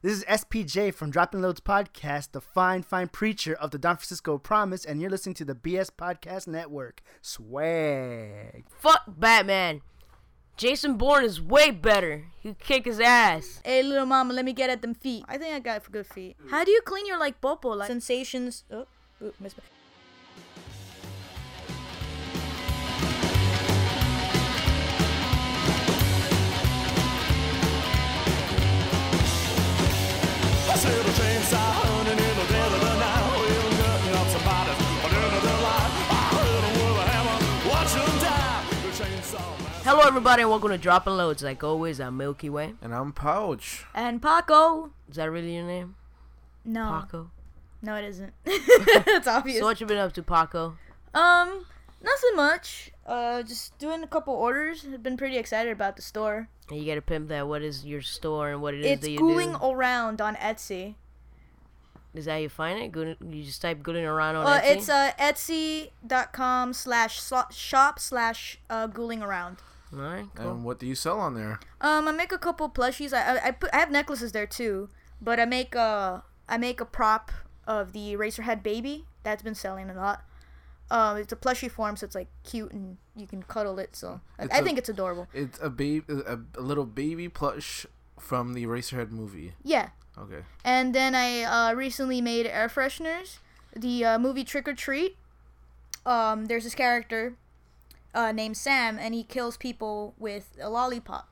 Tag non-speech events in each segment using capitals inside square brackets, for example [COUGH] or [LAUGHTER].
This is SPJ from Dropping Loads Podcast, the fine, fine preacher of the Don Francisco Promise, and you're listening to the BS Podcast Network. Swag. Fuck Batman. Jason Bourne is way better. He kick his ass. Hey, little mama, let me get at them feet. I think I got good feet. How do you clean your like popo? Like sensations. Oh, ooh, miss. I see the chainsaw hunting in the dead of the night, wheel cutting up somebody at the end of their life. I hit 'em with a hammer, watch 'em die. The chainsaw man. Hello, everybody, and welcome to Dropping Loads. Like always, I'm Milky Way. And I'm Pouch. And Paco. Is that really your name? No, Paco. no, it [LAUGHS] isn't. That's obvious. So, what you been up to, Paco? um, nothing much. Uh, just doing a couple orders. I've been pretty excited about the store. And you gotta pimp that. What is your store and what it is It's that you Gooling do? Around on Etsy. Is that how you find it? Gooling, you just type Gooling around on Uh, Etsy? it's uh, etsy.com slash slo- shop slash uh, Gooling Around. Alright, cool. And what do you sell on there? Um, I make a couple plushies. I, I, I put I have necklaces there too, but I make a I make a prop of the Eraserhead baby that's been selling a lot. Um, it's a plushie form, so it's like cute and you can cuddle it. So I, It's I a- think it's adorable. It's a baby, a, a little baby plush from the Eraserhead movie. Yeah. Okay. And then I uh, recently made air fresheners. The uh, movie Trick or Treat. Um, there's this character uh, named Sam, and he kills people with a lollipop.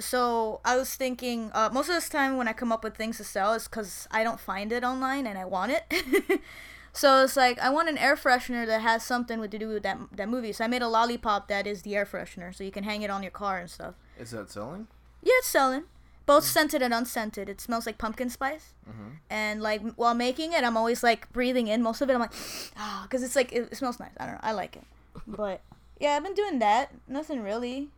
So I was thinking, uh, most of this time when I come up with things to sell is because I don't find it online and I want it. [LAUGHS] so it's like I want an air freshener that has something with to do with that that movie. So I made a lollipop that is the air freshener, so you can hang it on your car and stuff. Is that selling? Yeah, it's selling. Both Mm. scented and unscented. It smells like pumpkin spice. Mm-hmm. And like m- while making it, I'm always like breathing in most of it. I'm like, [SIGHS] ah, because it's like it, it smells nice. I don't know. [LAUGHS] I like it. But yeah, I've been doing that. Nothing really.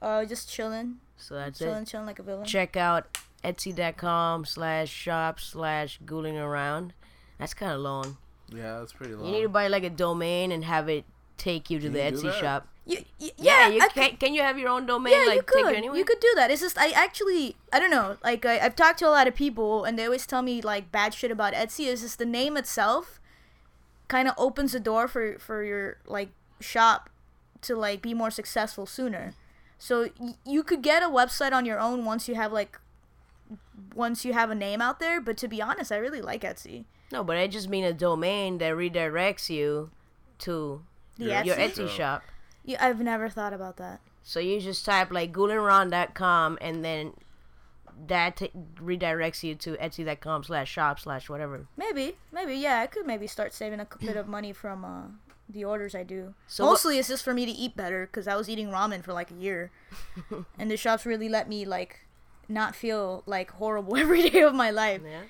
Uh, just chilling, so, that's chilling, it. chilling like a villain. Check out etsy.com slash shop slash Gooling around. That's kind of long. Yeah, that's pretty long. You need to buy like a domain and have it take you to the you do Etsy that? shop. You, y- Yeah, yeah, you I can. think- can you have your own domain? Yeah, like you could. Take it anywhere? You could do that. It's just I actually I don't know. Like I, I've talked to a lot of people, and they always tell me like bad shit about Etsy. Is just the name itself kind of opens the door for for your like shop to like be more successful sooner. So y- you could get a website on your own once you have like once you have a name out there. But to be honest, I really like Etsy. No, but I just mean a domain that redirects you to The your, your Etsy? Etsy shop. Yeah, I've never thought about that. So you just type like goolinron.com and then that t- redirects you to etsy.com slash shop slash whatever. Maybe, maybe, yeah. I could maybe start saving a [CLEARS THROAT] c- bit of money from uh, the orders I do. So what- Mostly, it's just for me to eat better because I was eating ramen for like a [LAUGHS] year, and the shops really let me like not feel like horrible [LAUGHS] every day of my life. Yeah.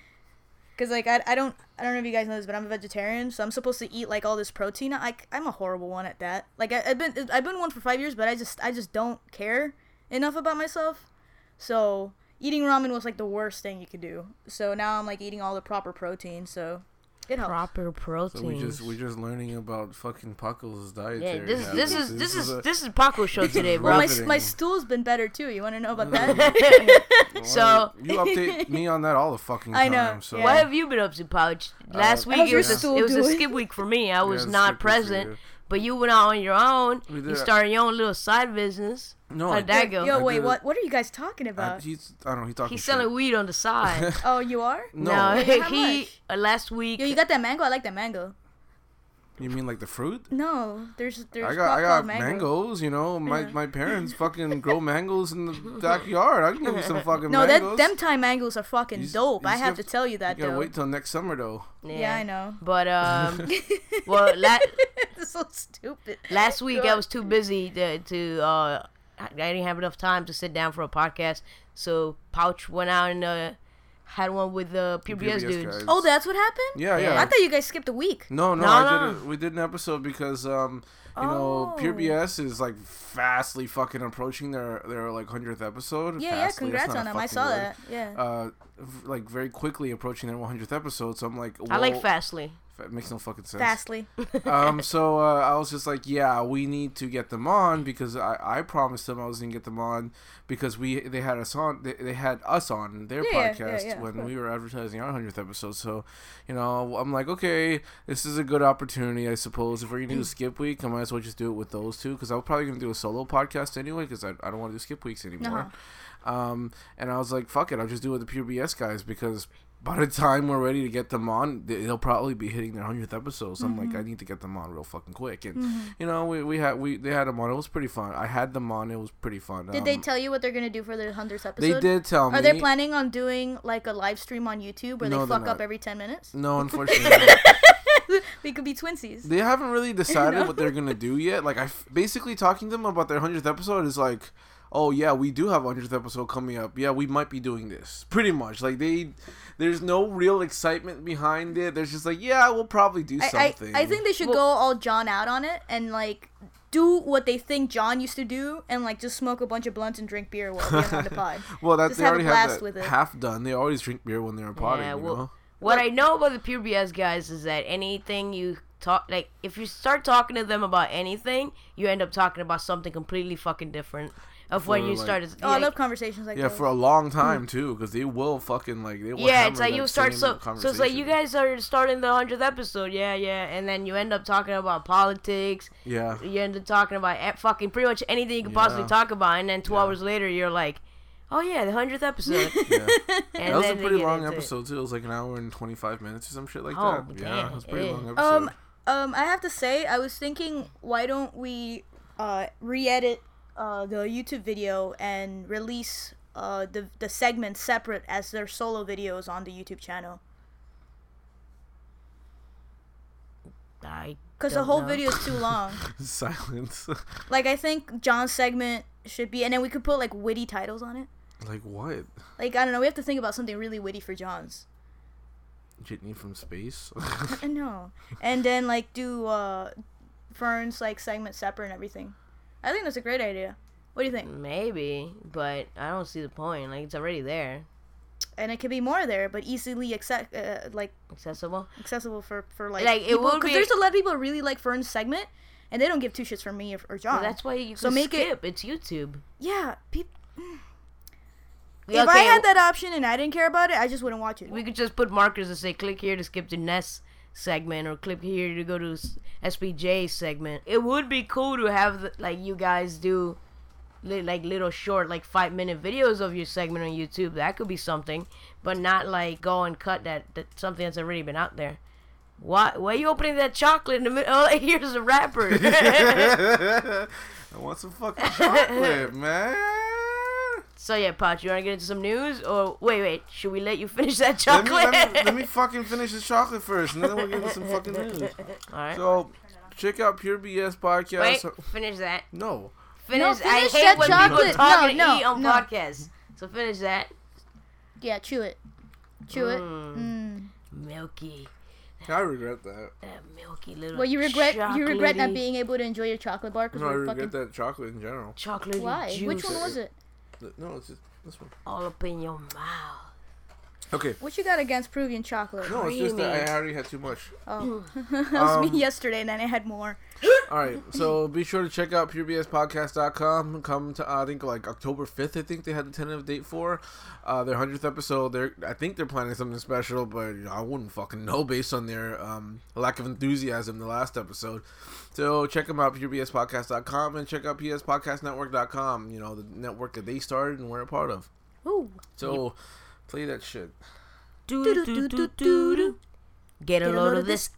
Because like I, I don't I don't know if you guys know this, but I'm a vegetarian, so I'm supposed to eat like all this protein. I I'm a horrible one at that. Like I, I've been I've been one for five years, but I just I just don't care enough about myself. So eating ramen was like the worst thing you could do. So now I'm like eating all the proper protein. So it helps. Proper protein. So we just we just learning about fucking Puckle's dietary. yeah, this this habits. is this is a- this is Paco show today, is bro. well, my, profiting. my stool's been better too. You want to know about that? so- you update me on that all [LAUGHS] the fucking time. I know, So yeah. What have you been up to, Pouch? Last week How's it your was, a, stool it was a doing? skip week for me. I was it's skip not week for present, you. but you went out on your own. We You did. started your own little side business. no, How'd [LAUGHS] that go? Yo, I wait, did it. what what are you guys talking I, about? he's I don't know. He talking. He's shit. selling weed on the side. oh, you are? [LAUGHS] No, Wait, [LAUGHS] how he much? uh, last week. Yo, you got that mango? I like that mango. you mean like the [LAUGHS] fruit? No, there's there's I got I called got mangoes, you know. My Yeah. my [LAUGHS] parents fucking grow mangoes in the backyard. I can give you some fucking No, that mangoes. them Thai mangoes are fucking You s- dope. you I just have have to tell you that you gotta though. wait till next summer though. yeah. I know. [LAUGHS] But [LAUGHS] um, well, la- It's so stupid. last week I God. was too busy to, to uh, I didn't have enough time to sit down for a podcast. So Pouch went out and uh, had one with the PBS, PBS dudes. guys. Oh, that's what happened? Yeah, Mm, Yeah. yeah. I thought you guys skipped a week. no, no, No, I no. did it. We did an episode because um, you Oh. know, Pure BS is like vastly fucking approaching their their like hundredth episode. Yeah, yeah, Vastly, that's congrats not on a them. I fucking saw word. that. Yeah. Uh, v- like very quickly approaching their 100th episode. So I'm like, I like well, Fastly. That makes no fucking sense. Vastly. um, so uh, I was just like, yeah, we need to get them on because I, I promised them I was gonna get them on because we they had us on they, they had us on their Yeah, yeah, podcast yeah, yeah, when we were advertising our hundredth episode. So, you know, I'm like, okay, this is a good opportunity, I suppose. If we're Mm. gonna do a skip week, I might as well just do it with those two because I'm probably gonna do a solo podcast anyway because I, I don't want to do skip weeks anymore. Uh-huh. Um, and I was like, fuck it, I'll just do it with the PBS guys because by the time we're ready to get them on, they- they'll probably be hitting their hundredth episode. So I'm like, Mm-hmm. I need to get them on real fucking quick. And you know, we, we had we they had them on. It was pretty fun. I had them on. It was pretty fun. Did um, they tell you what they're gonna do for their hundredth episode? they did tell me. Are they planning on doing like a live stream on YouTube where No, they they're fuck up not. Mm. every ten minutes? [LAUGHS] No, unfortunately. not. We could be twinsies. they haven't really decided what they're gonna do yet. Like I f- basically talking to them about their hundredth episode is like, oh yeah, we do have a hundredth episode coming up. Yeah, we might be doing this. Pretty much like they, there's no real excitement behind it. There's just like yeah, we'll probably do I, something. I I think they should go all John out on it and like do what they think John used to do and like just smoke a bunch of blunts and drink beer while they're on [LAUGHS] the pod. Well, that Just they have a already blast have with that it. half done. They always drink beer when they're potting. Yeah, you well- know? What I know about the PBS guys is that anything you talk, like if you start talking to them about anything, you end up talking about something completely fucking different of when For, you like- started. Oh, I like- love conversations like Yeah, those. for a long time too, because they will fucking like they will. yeah, hammer it's like that you start same so so it's like you conversation. guys are starting the hundredth episode, yeah, yeah, and then you end up talking about politics. [LAUGHS] Yeah, You end up talking about e- fucking pretty much anything you could possibly Yeah. talk about, and then two Yeah. hours later you're like, oh yeah, the hundredth [LAUGHS] episode. yeah. and that was a then they pretty get long into it. episode too. It was like an hour and twenty five minutes or some shit like Oh, that. damn, Yeah, it was a pretty yeah. long episode. Um, um, I have to say, I was thinking, why don't we uh, re-edit uh, the YouTube video and release uh, the the segments separate as their solo videos on the YouTube channel? I Because the Don't whole know. video is too [LAUGHS] long. Silence. [LAUGHS] like, I think John's segment should be, and then we could put like witty titles on it. like what? Like, I don't know, we have to think about something really witty for John's. Jitney from space. [LAUGHS] Uh, No, and then like do uh, Fern's like segment separate and everything. I think that's a great idea. What do you think? maybe, but I don't see the point. Like it's already there, and it could be more there, but easily accept, uh, like accessible. accessible for for like, Like, it people. will 'cause be- there's a lot of people who really like Fern's segment, and they don't give two shits for me or, or John. Well, that's why you can So make it- skip. It's YouTube. yeah. Peop- Yeah, if I okay, had that option and I didn't care about it, I just wouldn't watch it. we could just put markers and say click here to skip to Ness segment or click here to go to S- SPJ segment. It would be cool to have the, like you guys do li- like little short like 5 minute videos of your segment on YouTube. That could be something, but not like go and cut that, that something that's already been out there. Why, why are you opening that chocolate in the middle? [LAUGHS] Oh, here's a wrapper. [LAUGHS] I want [LAUGHS] some fucking chocolate, man. so yeah, Pot, you want to get into some news? Or wait, wait, should we let you finish that Let chocolate? me, let, me, let me fucking finish this chocolate first, and then we'll get into some [LAUGHS] fucking news. All right. So, check out Pure BS podcast. [LAUGHS] wait, finish that. No, Finish. No, I finish hate that when people chocolate. talk No, and no, eat on no. podcasts. So finish that. yeah, chew it, chew it. Mm, Mm. milky, I regret that. that milky little. Well, you regret you regret not chocolatey- being able to enjoy your chocolate bar because No, I we're regret fucking. that chocolate in general. chocolatey Why? juice Which one was it? Th- No, it's just this one. all up in your mouth. Okay. What you got against Peruvian chocolate? No, it's just that Creamy. I already had too much. Oh, [LAUGHS] that was me yesterday, and then I had more. All right, so be sure to check out purebspodcast.com. Come to uh, I think like October fifth. I think they had the tentative date for uh, their hundredth episode. They're I think they're planning something special, but I wouldn't fucking know based on their um, lack of enthusiasm the last episode. So check them out purebspodcast.com and check out pspodcastnetwork.com. You know the network that they started and we're a part of. Ooh. So play that shit. Do do do do do. Get a load of this.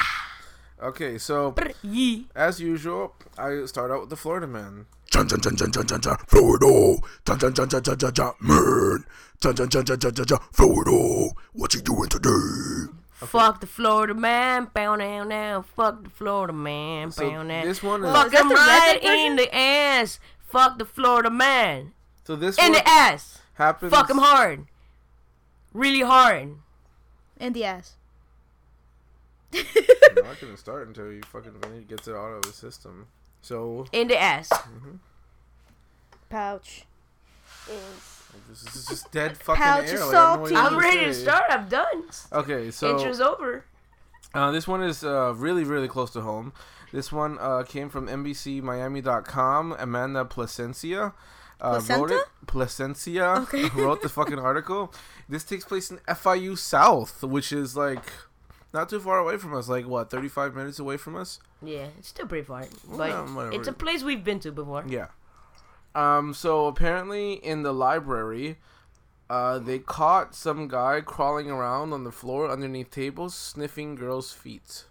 Okay, so Yee. as usual, I start out with the Florida man. Chun chun chun chun chun chun chun Florida. Chun chun chun chun chun chun chun man. Chun chun chun chun chun chun chun Florida. What you doing today? Fuck the Florida man, bow down now. Fuck the Florida man, So bow down. this one is, Fuck Oh, is that him the right redneck in the ass. Fuck the Florida man so this in one the ass. happens. Fuck him hard, really hard. In the ass. I'm not gonna start until you fucking Vinny gets it out of the system. So in the ass. Pouch. this [LAUGHS] is just dead fucking Pouch air. is Like, I don't know what salty. you're I'm gonna ready to say. start. I'm done. Okay, so Intro's over. Uh, this one is uh, really, really close to home. This one uh, came from NBCMiami.com. Amanda Placencia. Uh, wrote Placenta? it. [LAUGHS] Placencia Okay. wrote the fucking article. This takes place in FIU South, which is like not too far away from us. Like what, thirty-five minutes away from us? Yeah, it's still pretty far, Yeah, but whatever. it's a place we've been to before. Yeah. Um, so apparently in the library, uh, they caught some guy crawling around on the floor underneath tables, sniffing girls' [COUGHS] feet.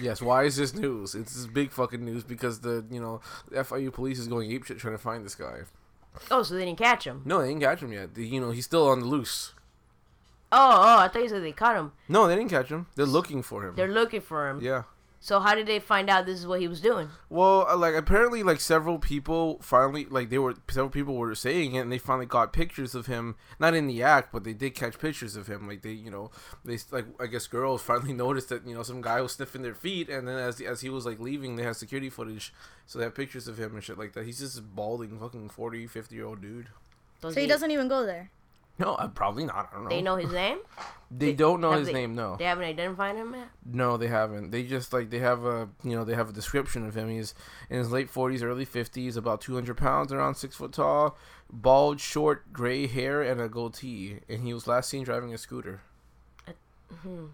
yes, why is this news? It's this big fucking news because the you know the FIU police is going apeshit trying to find this guy. Oh, so they didn't catch him. No, they didn't catch him yet. The- you know he's still on the loose. Oh, oh, I thought you said they caught him. No, they didn't catch him. They're looking for him. They're looking for him. Mm. yeah. So how did they find out this is what he was doing? Well, uh, like apparently, like several people finally, like they were several people were saying it, and they finally got pictures of him. Not in the act, but they did catch pictures of him. Like they, you know, they like I guess girls [LAUGHS] finally noticed that you know some guy was sniffing their feet, and then as as he was like leaving, they had security footage, so they have pictures of him and shit like that. He's just a balding fucking 40, 50 year old dude. Does So he doesn't even go there. No, uh, probably not. I don't know. They know his name. They don't know have his they- name. No. They haven't identified him yet. No, they haven't. They just like they have a you know they have a description of him. He's in his late forties, early fifties, about two hundred pounds, around six foot tall, bald, short, gray hair, and a goatee. And he was last seen driving a scooter. Uh, hmm.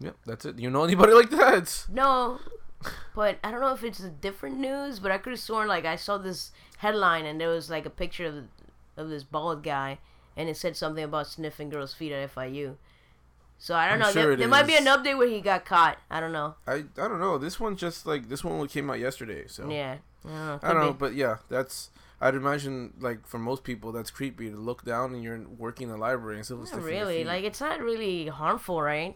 Yep, that's it. You know anybody [LAUGHS] like that? No, but I don't know if it's a different news. But I could have sworn like I saw this headline and there was like a picture of of this bald guy, and it said something about sniffing girls' feet at FIU. So I don't I'm know. sure there it there might be is. an update where he got caught. I don't know. I I don't know. This one just like this one came out yesterday. So Yeah, I don't know. I don't Could know, be. but yeah, that's. I'd imagine, like for most people, that's creepy to look down and you're working in the library and still Not sniffing your really. feet. Like it's not really harmful, right?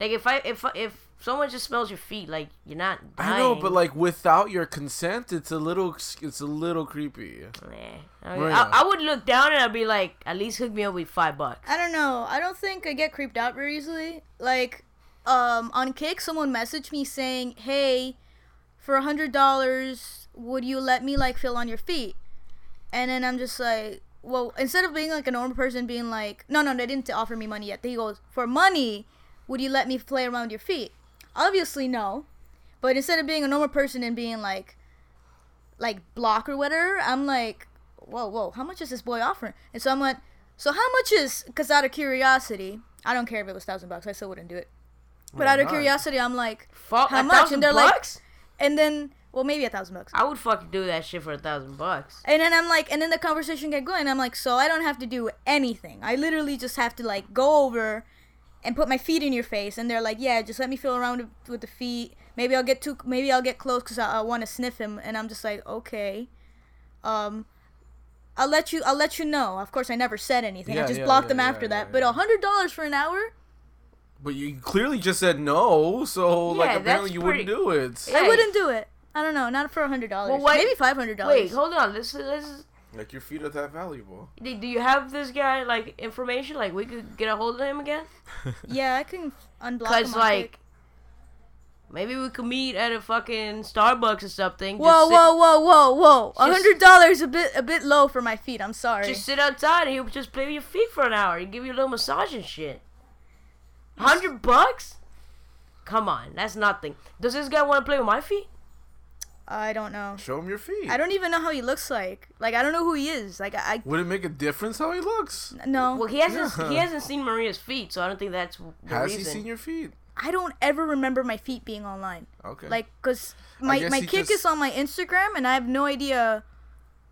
Like if I if I- if someone just smells your feet, like you're not. Dying. I know, but like without your consent, it's a little it's a little creepy. Nah. I, mean, Marina. I, I would look down and I'd be like, at least hook me up with five bucks. I don't know. I don't think I get creeped out very easily. Like, um, on Kick, someone messaged me saying, "Hey, for a hundred dollars, would you let me like feel on your feet?" And then I'm just like, well, instead of being like a normal person, being like, no, no, they didn't offer me money yet. He goes, for money, would you let me play around your feet? Obviously, no. But instead of being a normal person and being like, like block or whatever, I'm like, whoa, whoa, how much is this boy offering? And so I'm like, so how much is? Because out of curiosity, I don't care if it was thousand bucks, I still wouldn't do it. But out of not? curiosity, I'm like, Fuck, how a much? thousand And they're bucks? like, and then well, maybe a thousand bucks. I would fucking do that shit for a thousand bucks. And then I'm like, and then the conversation get going. I'm like, so I don't have to do anything. I literally just have to like go over and put my feet in your face. And they're like, yeah, just let me feel around with the feet. Maybe I'll get too, maybe I'll get close because I, I want to sniff him. And I'm just like, okay, um, I'll let you, I'll let you know. Of course, I never said anything. Yeah, I just yeah, blocked yeah, them yeah, after yeah, that. yeah. But a hundred dollars for an hour, But you clearly just said no, so Yeah, like that's apparently you wouldn't pretty- do it. Yeah. I wouldn't do it. I don't know, not for a hundred dollars. Well, why- maybe five hundred Wait, dollars. hold on. This is this is. Like your feet are that valuable. Do do you have this guy like information? Like we could get a hold of him again? Yeah, I can unblock. Cause him on Kick. like, maybe we could meet at a fucking Starbucks or something. Whoa, sit- whoa, whoa, whoa, whoa! A Just- hundred dollars a bit, a bit low for my feet. I'm sorry. Just sit outside and he'll just play with your feet for an hour. He'll give you a little massage and shit. Hundred bucks? Come on, that's nothing. Does this guy want to play with my feet? I don't know. Show him your feet. I don't even know how he looks like. Like I don't know who he is. Like I, Would it make a difference how he looks? I no. Well, he hasn't. Yeah. He hasn't seen Maria's feet, so I don't think that's the Has reason. he seen your feet? I don't ever remember my feet being online. Okay. Like, cause my guess my he kick just- is on my Instagram, and I have no idea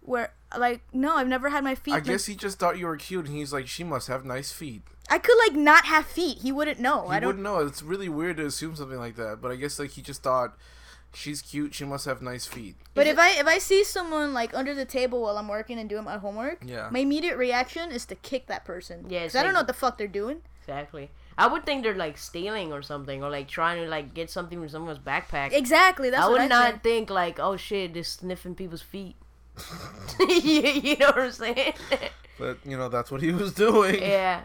where. Like, no, I've never had my feet. I guess he just thought you were cute, and he's like, she must have nice feet. I could like not have feet. He wouldn't know. He I don't. wouldn't know. It's really weird to assume something like that, but I guess like he just thought she's cute, she must have nice feet. But if I if I see someone like under the table while I'm working and doing my homework, Yeah. my immediate reaction is to kick that person. Yeah, 'Cause I same. don't know what the fuck they're doing. Exactly. I would think they're like stealing or something, or like trying to like get something from someone's backpack. Exactly. That's I what would I not think. think like, oh shit, they're sniffing people's feet. [LAUGHS] you, you know what I'm [LAUGHS] saying? But you know that's what he [LAUGHS] was doing. yeah.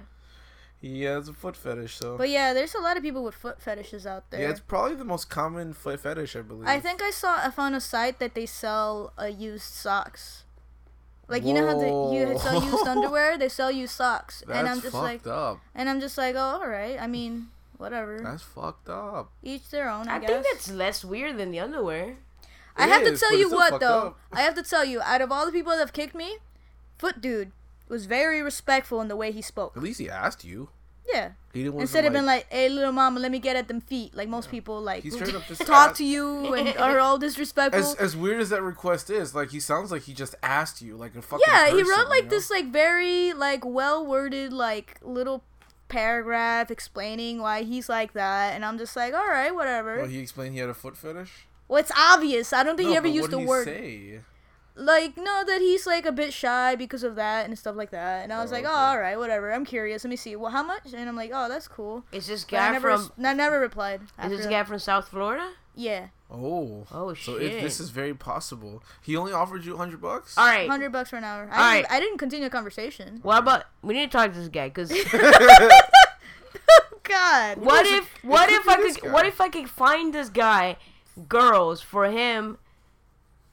He has a foot fetish, so But yeah, there's a lot of people with foot fetishes out there. yeah, it's probably the most common foot fetish, I believe. I think I saw I found a site that they sell uh, used socks. Like you know how they you Whoa. sell [LAUGHS] used underwear, they sell used socks, that's and I'm just like, fucked up. and I'm just like, oh, all right. I mean, whatever. That's fucked up. Each their own. I, I guess. think that's less weird than the underwear. I It have to is, tell but you it's still what fucked though. up. I have to tell you, out of all the people that have kicked me, Foot Dude was very respectful in the way he spoke. At least he asked you. Yeah. He didn't want Instead to, of being like, "Hey, little mama, let me get at them feet," like most people like He straight up just talk asked- to you [LAUGHS] and are all disrespectful. as as weird as that request is, like he sounds like he just asked you, like a fucking. yeah, he person, wrote like you know? this like very like well worded like little paragraph explaining why he's like that, and I'm just like, all right, whatever. Well, he explained he had a foot fetish. well, it's obvious. I don't think No, he ever but used what did the he word Say? like no that he's like a bit shy because of that and stuff like that. And I was Oh, like, okay. oh, all right, whatever. I'm curious. Let me see. Well, how much? And I'm like, oh, that's cool. Is this But I guy never, from? res- I never replied. Is after this that. guy from South Florida? Yeah, Oh. Oh, So it, this shit. is very possible. He only offered you hundred bucks. Uh, All right. hundred bucks for an hour. All I, didn't, right. I didn't continue the conversation. What about? We need to talk to this guy [LAUGHS] because God, what if what could if be I this could guy. what if I could find this guy girls for him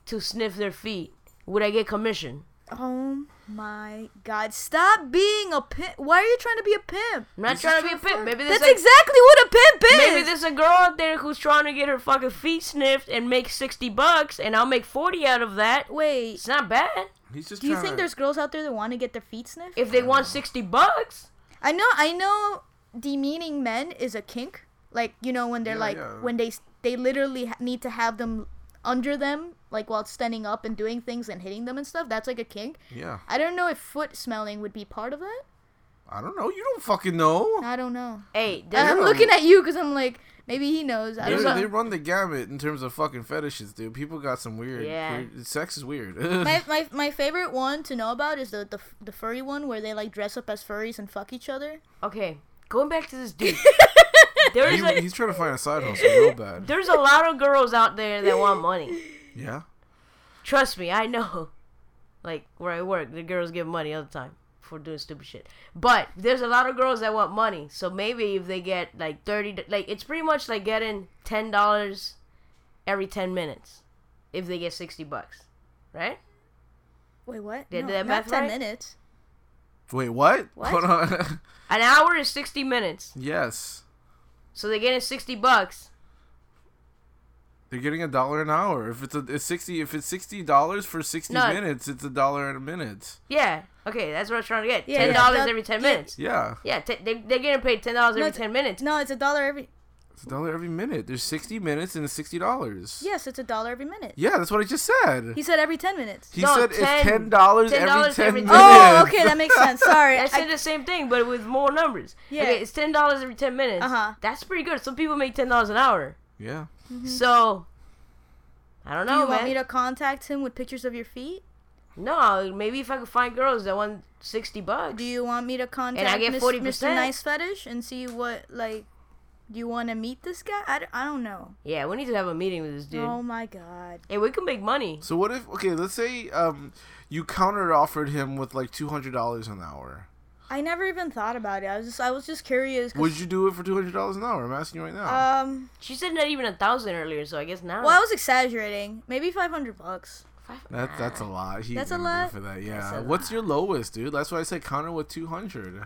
to sniff their feet? Would I get commission? Oh my god, stop being a pimp. Why are you trying to be a pimp? I'm not trying to be a pimp. Maybe there's That's like, exactly what a pimp is. maybe there's a girl out there who's trying to get her fucking feet sniffed and make sixty bucks, and I'll make forty out of that. Wait, It's not bad He's just. do you trying think to- there's girls out there that want to get their feet sniffed? if they want sixty bucks. I know, I know. Demeaning men is a kink. Like you know when they're Yeah, like yeah. when they s- they literally ha- need to have them under them, like while standing up and doing things and hitting them and stuff. That's like a kink. Yeah, I don't know if foot smelling would be part of that. I don't know. You don't fucking know. I don't know. Hey, I- there's, I'm Yeah. looking at you because I'm like maybe he knows. I They, don't they know. run the gamut in terms of fucking fetishes, dude. People got some weird. Yeah. weird- sex is weird. my, my, my favorite one to know about is the, the the furry one where they like dress up as furries and fuck each other. okay. Going back to this [LAUGHS] dude. there is [LAUGHS] He- a, he's trying to find a side hustle real bad. there's a lot of girls out there that want money. Yeah. Trust me, I know. [LAUGHS] Like where I work, the girls give money all the time for doing stupid shit. But there's a lot of girls that want money, so maybe if they get like thirty, d- like it's pretty much like getting ten dollars every ten minutes if they get sixty bucks, right? Wait, what? Did no, that not math ten right? minutes. Wait, what? What? Hold on. [LAUGHS] An hour is sixty minutes, yes, so they're getting sixty bucks. they're getting a dollar an hour. If it's a it's sixty, if it's sixty dollars for sixty No. minutes, it's a dollar a minute. Yeah, okay, that's what I was trying to get. Yeah, ten yeah. dollars That- every ten yeah. minutes. Yeah, Yeah, t- they they're getting paid ten dollars No, every it's- ten minutes. No, it's a dollar every. it's a dollar every minute. There's sixty minutes and it's sixty dollars. Yes, it's a dollar every minute. Yeah, that's what I just said. He said every ten minutes. he No, said it's 10 ten dollars every $10 ten every minutes. ten- Oh, okay, that makes sense. Sorry. I said I, the same thing, but with more numbers. Yeah. Okay, it's ten dollars every ten minutes. Uh-huh. Mm-hmm. That's pretty good. Some people make ten dollars an hour. yeah. So I don't do know, you want man. me to contact him with pictures of your feet? No, maybe if I could find girls that want sixty bucks. Do you want me to contact get Mis- 40%? Mr. Nice Fetish and see what like? Do you want to meet this guy? I, d- I don't know. yeah, we need to have a meeting with this dude. Oh my god. Hey, we can make money. So what if okay? Let's say um, you counter offered him with like two hundred dollars an hour. I never even thought about it. I was just I was just curious. 'cause, Would you do it for two hundred dollars an hour? I'm asking you right now. um. She said not even a thousand earlier, so I guess now. Well, I was exaggerating. Maybe five hundred bucks. That that's a lot. He That's a gonna do lot. for that. That's Yeah. a What's your lowest, dude? That's why I said counter with two hundred.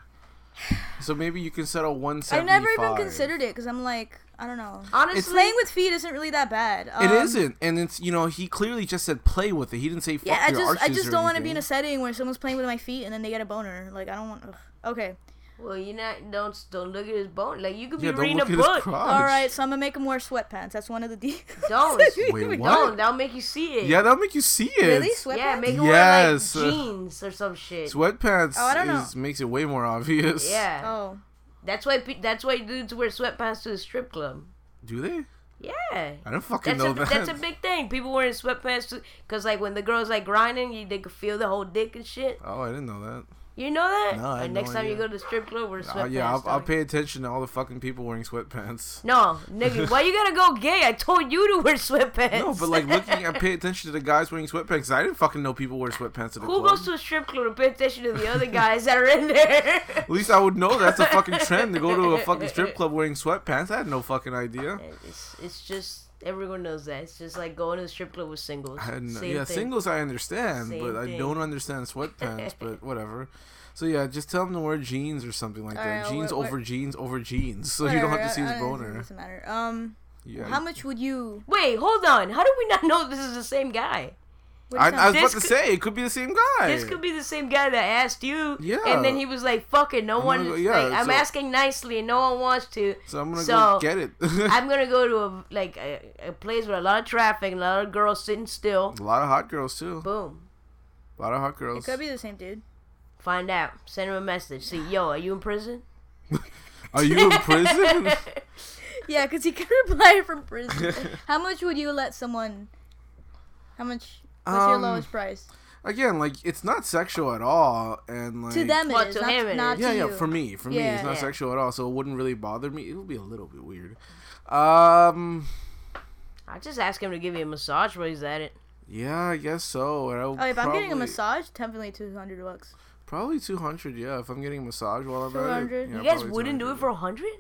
So maybe you can settle one I've seventy five. never even considered it because I'm like I don't know. honestly. Playing with feet isn't really that bad. Um, It not and it's you know he clearly just said play with it. He didn't say fuck Yeah, I your just I arches just or don't want to be in a anything. setting where someone's playing with my feet and then they get a boner. Like I don't want. Ugh. Okay. well, you not don't don't look at his bone. Like you could be Yeah, don't reading a look at his book. crotch. All right, so I'm gonna make him wear sweatpants. That's one of the deals. [LAUGHS] [LAUGHS] Don't. Wait, Don't. what? That'll make you see it. Yeah, that'll make you see it. Really? Sweatpants? Yeah, make him wear like Yes. jeans or some shit. Sweatpants Oh, I don't know. is, makes it way more obvious. Yeah. oh. That's why pe- that's why dudes wear sweatpants to the strip club. Do they? Yeah. I don't fucking That's know a, that. that's a big thing. People wearing sweatpants to, cause like when the girls like grinding, you they could feel the whole dick and shit. Oh, I didn't know that. You know that? No, I had And no next time you idea. go to the strip club, wear Oh, sweatpants. yeah, I'll, I'll dog. pay attention to all the fucking people wearing sweatpants. No, nigga, why you gotta go gay? I told you to wear sweatpants. No, but like looking, I pay attention to the guys wearing sweatpants. I didn't fucking know people wear sweatpants at [LAUGHS] the Who club. goes to a strip club to pay attention to the [LAUGHS] other guys that are in there? At least I would know that's a fucking trend to go to a fucking strip club wearing sweatpants. I had no fucking idea. it's it's just everyone knows that. It's just like going to the strip club with singles. I had no, Same yeah, thing. singles I understand, Same but I thing. [LAUGHS] don't understand sweatpants. but whatever. So yeah, just tell him to wear jeans or something like that. Alright, I'll jeans wear- over jeans over jeans, so you don't have to see his It boner. doesn't matter. Um, Yeah, how much would you? Wait, hold on. How do we not know this is the same guy? What I, is I was that? about This to could- say it could be the same guy. This could be the same guy that asked you. Yeah. And then he was like, "Fuck it, no one. gonna go- yeah, like, I'm so- asking nicely, and no one wants to. so I'm gonna so- go get it. [LAUGHS] I'm gonna go to a like a, a place with a lot of traffic, and a lot of girls sitting still. a lot of hot girls too. Boom. A lot of hot girls. It could be the same dude. Find out. Send him a message. See, yo, are you in prison? Are you in prison? [LAUGHS] Yeah, because he [LAUGHS] can reply from [LAUGHS] prison. how much would you let someone? How much? What's your Um, lowest price? Again, like it's not sexual at all, and like To them, Well, it is. to not, him it is. not to yeah, yeah. you. For me, for me, Yeah. it's not Yeah. sexual at all, so it wouldn't really bother me. It would be a little bit weird. Um, I just ask him to give me a massage while he's at it. yeah, I guess so. and I would Oh, if I'm getting a probably- massage, definitely two hundred bucks. probably two hundred. Yeah, if I'm getting a massage while I'm at it, 200? yeah, You guys probably wouldn't do 200. it for a hundred?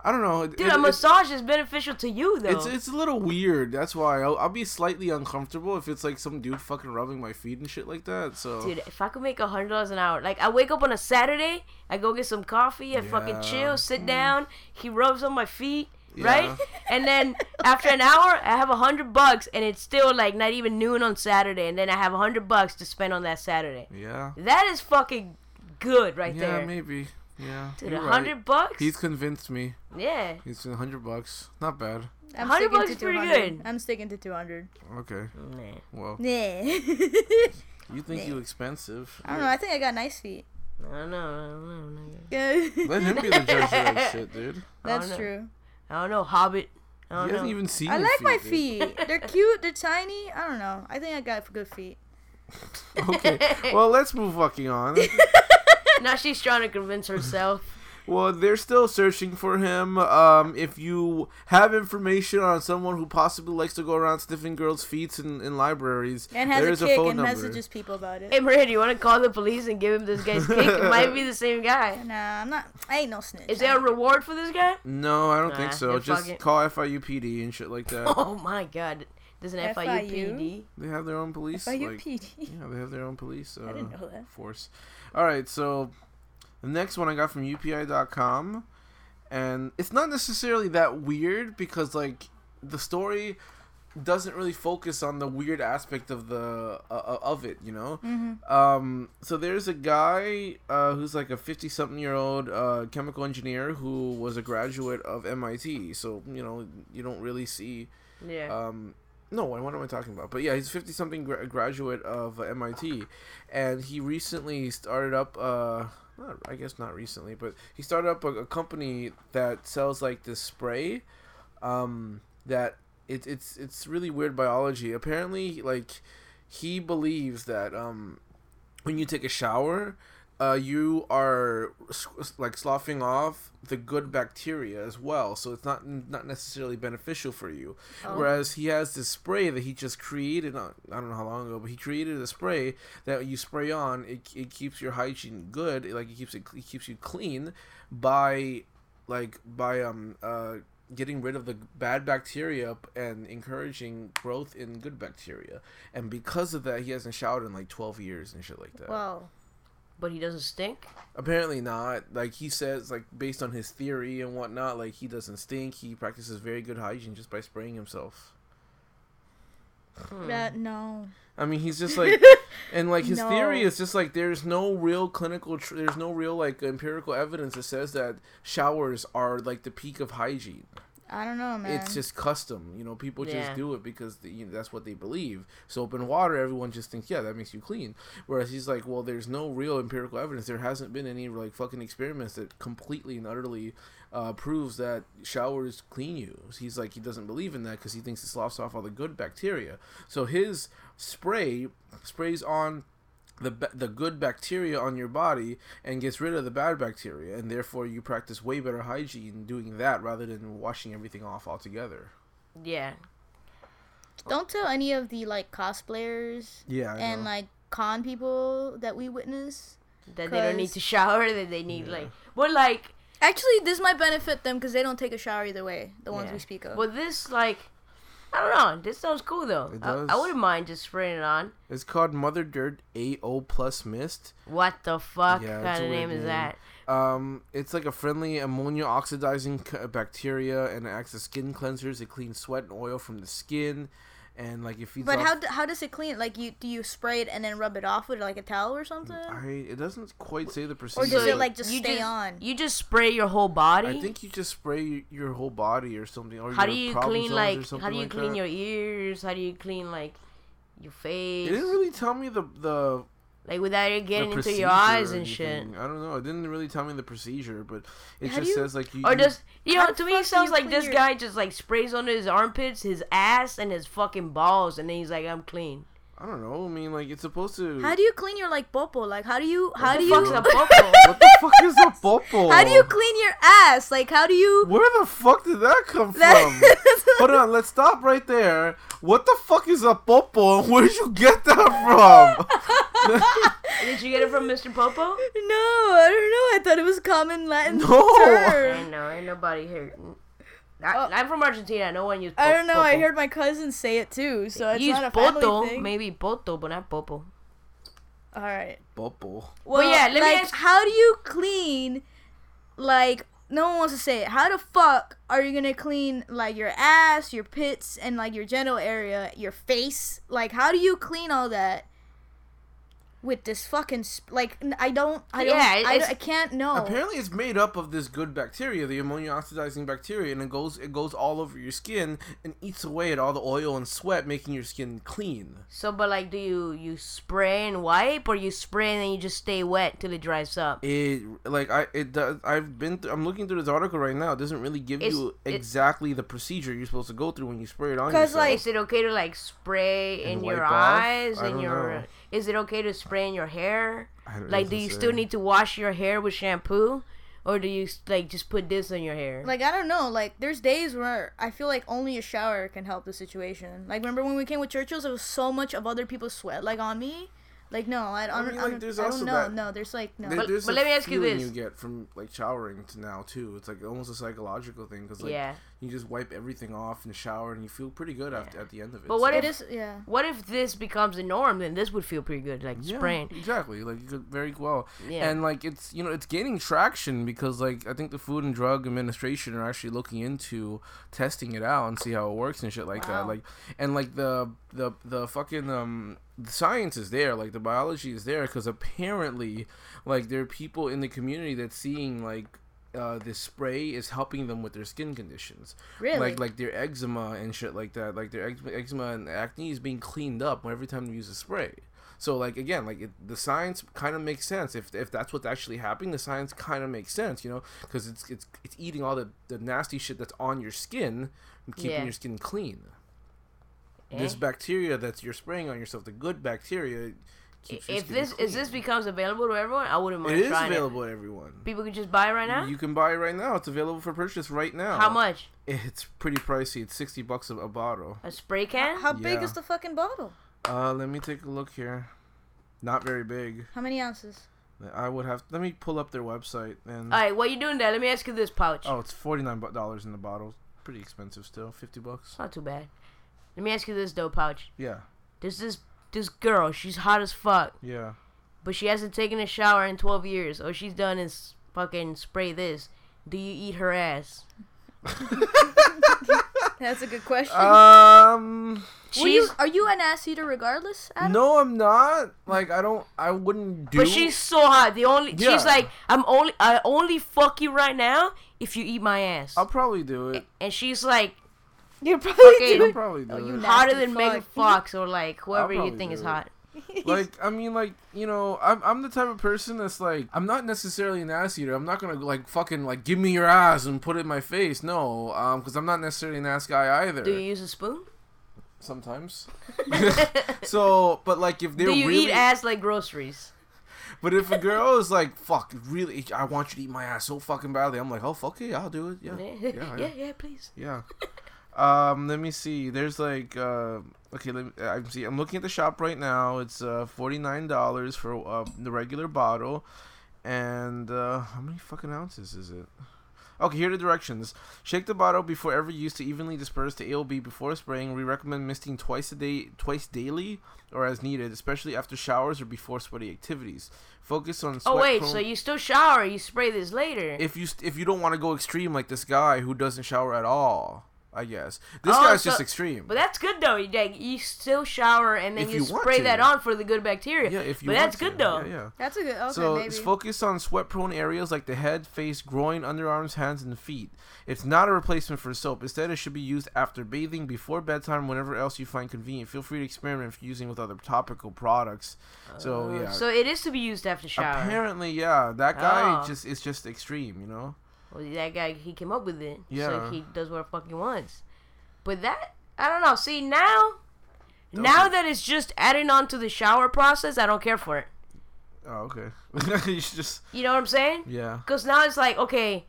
I don't know, Dude, a massage is beneficial to you though. It's it's a little weird. That's why I'll, I'll be slightly uncomfortable if it's like some dude fucking rubbing my feet and shit like that. So Dude, if I could make a hundred dollars an hour, like I wake up on a Saturday, I go get some coffee, I Yeah. fucking chill, sit down. He rubs on my feet, Yeah. right? And then after an hour, I have a hundred bucks, and it's still like not even noon on Saturday, and then I have a hundred bucks to spend on that Saturday. yeah, That is fucking good right yeah, there. maybe, yeah. Dude, you're a right. hundred bucks? He's convinced me. yeah. He's a hundred bucks. Not bad. I'm 100 sticking bucks to is pretty 200. good. I'm sticking to two [LAUGHS] hundred. Okay. Nah. Well, Yeah. you think you expensive? I don't know. I think I got nice feet. [LAUGHS] I don't know. I don't know. nigga. [LAUGHS] Let him be the judge of that shit, dude. That's know. true. I don't know, Hobbit. I don't He know. hasn't even seen. I your like my dude. feet. [LAUGHS] They're cute. They're tiny. I don't know. I think I got good feet. [LAUGHS] [LAUGHS] Okay. Well, let's move fucking on. now she's trying to convince herself. Well, they're still searching for him. Um, if you have information on someone who possibly likes to go around sniffing girls' feet in, in libraries, And has there is a kick phone and number. messages people about it. Hey Maria, do you want to call the police and give him this guy's kick? It might be the same guy. Nah, I'm not. I ain't no snitch. Is there a reward for this guy? No, I don't Nah, think so. then fuck Just it. call FIUPD and shit [LAUGHS] like that. [LAUGHS] [LAUGHS] Oh my God! There's an FIU? FIUPD. they have their own police. By your like- [LAUGHS] PD. Yeah, they have their own police. Uh, didn't know that. Force. All right, so the next one I got from UPI.com, and it's not necessarily that weird because like the story doesn't really focus on the weird aspect of the uh, of it, you know. Um, so there's a guy uh, who's like a 50 something year old uh, chemical engineer who was a graduate of MIT. So you know you don't really see Yeah. um no what what am i talking about but yeah he's a 50 something gra- graduate of uh, mit and he recently started up uh not, i guess not recently but he started up a, a company that sells like this spray um that it, it's it's really weird biology apparently like he believes that um when you take a shower uh, you are s- like sloughing off the good bacteria as well, so it's not not necessarily beneficial for you. Whereas he has this spray that he just created. On, I don't know how long ago, but he created a spray that you spray on. It, it keeps your hygiene good. It, like it keeps it, it keeps you clean by like by um uh getting rid of the bad bacteria p- and encouraging growth in good bacteria. And because of that, he hasn't showered in like twelve years and shit like that Wow. but he doesn't stink. apparently not like he says like based on his theory and whatnot like he doesn't stink he practices very good hygiene just by spraying himself Hmm. That no. i mean he's just like and like his No. theory is just like there's no real clinical tr- there's no real like empirical evidence that says that showers are like the peak of hygiene I don't know, man. it's just custom you know people just Yeah. do it because the, you know, that's what they believe soap and water everyone just thinks yeah that makes you clean whereas he's like well there's no real empirical evidence there hasn't been any like fucking experiments that completely and utterly uh, proves that showers clean you he's like he doesn't believe in that because he thinks it sloughs off all the good bacteria so his spray sprays on the, ba- the good bacteria on your body and gets rid of the bad bacteria and therefore you practice way better hygiene doing that rather than washing everything off altogether Yeah. Don't tell any of the like cosplayers yeah I and know. like con people that we witness. That they don't need Cause- to shower. [LAUGHS] That they need like. Well, like. Actually, this might benefit them because they don't take a shower either way. The ones yeah. we speak of. Well, this like. I don't know. This sounds cool though. It I, I does. wouldn't mind just spraying it on. It's called Mother Dirt AO Plus Mist. What the fuck Yeah, it's kind a of weird name is name. that? Um, it's like a friendly ammonia oxidizing c- bacteria and it acts as skin cleansers. It cleans sweat and oil from the skin, and like it feeds. But off- how, d- how does it clean? it? Like you do you spray it and then rub it off with like a towel or something? I it doesn't quite say the procedure. Or does it but like just you stay just, on? You just spray your whole body. I think you just spray y- your whole body or something. Or how do your you problem clean zones like? or something How do you like clean that. your ears? How do you clean like your face? It didn't really tell me the the like without it the getting into procedure your eyes or and shit. anything. I don't know. It didn't really tell me the procedure, but it How do just you- says like you. Or you- just you How know, to the fuck me do it sounds you like clean this your- guy just like sprays under his armpits, his ass, and his fucking balls, and then he's like, "I'm clean." I don't know. I mean, like it's supposed to. How do you clean your like popo? Like how do you how What do the you fuck's [LAUGHS] a popo? what the fuck is a popo? how do you clean your ass? Like how do you Where the fuck did that come from? [LAUGHS] Hold on, let's stop right there. What the fuck is a [LAUGHS] popo and where did you get that from? Did you get it from Mr. Popo? No, I don't know. I thought it was common Latin No. term. [LAUGHS] Ain't no, ain't nobody here. I, I'm from Argentina. No one used. Oh. I don't know. I popo. heard my cousin say it too, so it's Use not a family poto, thing. maybe poto, but not popo. All right. popo. Well, yeah, let me like, ask- how do you clean? Like, no one wants to say it. How the fuck are you gonna clean like your ass, your pits, and like your genital area, your face? Like, how do you clean all that? With this fucking sp- like, n- I don't, I don't, Yeah, I, it's- don't- I can't know. Apparently, it's made up of this good bacteria, the ammonia oxidizing bacteria, and it goes it goes all over your skin and eats away at all the oil and sweat, making your skin clean. So, but like, do you you spray and wipe, or you spray and then you just stay wet till it dries up? It like I it does. I've been. Th- I'm looking through this article right now. It doesn't really give It's- you it's- exactly the procedure you're supposed to go through when you spray it on. 'Cause, Because like, Is it okay to like spray And in your wipe off? eyes I and don't your? know. Is it okay to spray in your hair? I don't- it Like, do doesn't you say. still need to wash your hair with shampoo, or do you like just put this on your hair? Like I don't know. Like there's days where I feel like only a shower can help the situation. Like remember when we came with Churchill's? There was so much of other people's sweat like on me. Like no, I, I, mean, don't, like, I there's don't, I also don't know. that- No, there's like no. There- But- there's but a let me ask you feeling this. you get from like showering to now too it's like almost a psychological thing because like Yeah. you just wipe everything off and shower and you feel pretty good after, at the end of it But what So- it if is yeah. what if this becomes the norm? Then this would feel pretty good, like yeah, spraying. exactly like you could very well Yeah. and like it's you know it's gaining traction because like i think the food and drug administration are actually looking into testing it out and see how it works and shit like that Wow. like and like the the the fucking um the science is there like the biology is there because apparently like there are people in the community that's seeing like uh, this spray is helping them with their skin conditions Really? like like their eczema and shit like that like their ex- eczema and acne is being cleaned up every time they use a spray so like again like it, the science kind of makes sense if, if that's what's actually happening the science kind of makes sense you know because it's it's it's eating all the, the nasty shit that's on your skin and keeping Yeah. your skin clean Eh? this bacteria that you're spraying on yourself the good bacteria keeps your if skin this clean. if this becomes available to everyone, I wouldn't it mind is trying available to everyone it. People can just buy it right now. you can buy it right now. It's available for purchase right now. How much? It's pretty pricey. It's sixty bucks a, a bottle. A spray can? How big Yeah. is the fucking bottle? Uh, let me take a look here. Not very big. How many ounces? I would have. Let me pull up their website and. All right, while you're doing that, let me ask you this pouch. oh, it's forty nine dollars in the bottle. Pretty expensive still. Fifty bucks. It's not too bad. Let me ask you this though, pouch. Yeah, There's this this girl. She's hot as fuck, yeah. but she hasn't taken a shower in 12 years. All she's done is fucking spray this. Do you eat her ass? That's a good question. Uh, Um. Will you, She's are you an ass eater regardless? Adam? No, I'm not. Like, I don't. I wouldn't do. but she's so hot. The only Yeah. she's like I'm only I only fuck you right now if you eat my ass. I'll probably do it. and she's [LAUGHS] like You're probably Okay. I'll dude. probably do Oh, you it. nasty hotter than Megan fuck. Fox or like whoever you probably think do is it. hot. like I mean, like you know, I'm I'm the type of person that's like I'm not necessarily an ass eater. I'm not gonna like fucking like give me your ass and put it in my face. No, um, because I'm not necessarily an ass guy either. Do you use a spoon? Sometimes. so, but like if they're Do you really, eat ass like groceries? [LAUGHS] but if a girl is like, fuck, really, I want you to eat my ass so fucking badly, I'm like, oh fuck yeah, I'll do it. [LAUGHS] Yeah, yeah, yeah, yeah, yeah. please. yeah. Um, let me see. There's like, uh, okay, let me, I'm see. I'm looking at the shop right now. It's uh, forty nine dollars for um, uh, the regular bottle, and uh, how many fucking ounces is it? Okay, here are the directions. Shake the bottle before every use to evenly disperse the AOB before spraying. We recommend misting twice a day, twice daily, or as needed, especially after showers or before sweaty activities. Focus on. Oh sweat wait, prone- so you still shower? You spray this later? if you st- if you don't want to go extreme like this guy who doesn't shower at all, I guess this Oh, guy's so- just extreme. But that's good though. You, like, you still shower and then If you, you want spray to. that on for the good bacteria. yeah, if you but want that's to. good though. Yeah, yeah. [LAUGHS] That's a good. Okay, so maybe. it's focused on sweat-prone areas like the head, face, groin, underarms, hands, and feet. It's not a replacement for soap. Instead, it should be used after bathing, before bedtime, whenever else you find convenient. Feel free to experiment if using with other topical products. So yeah. Oh, So it is to be used after shower. Apparently, yeah, that guy Oh. just is just extreme, you know. Well, that guy, he came up with it. Yeah. So he does what the fuck he wants. But that, I don't know. See, now, now that it's just adding on to the shower process, I don't care for it. Oh, okay. [LAUGHS] you should just You know what I'm saying? yeah. Because now it's like, okay,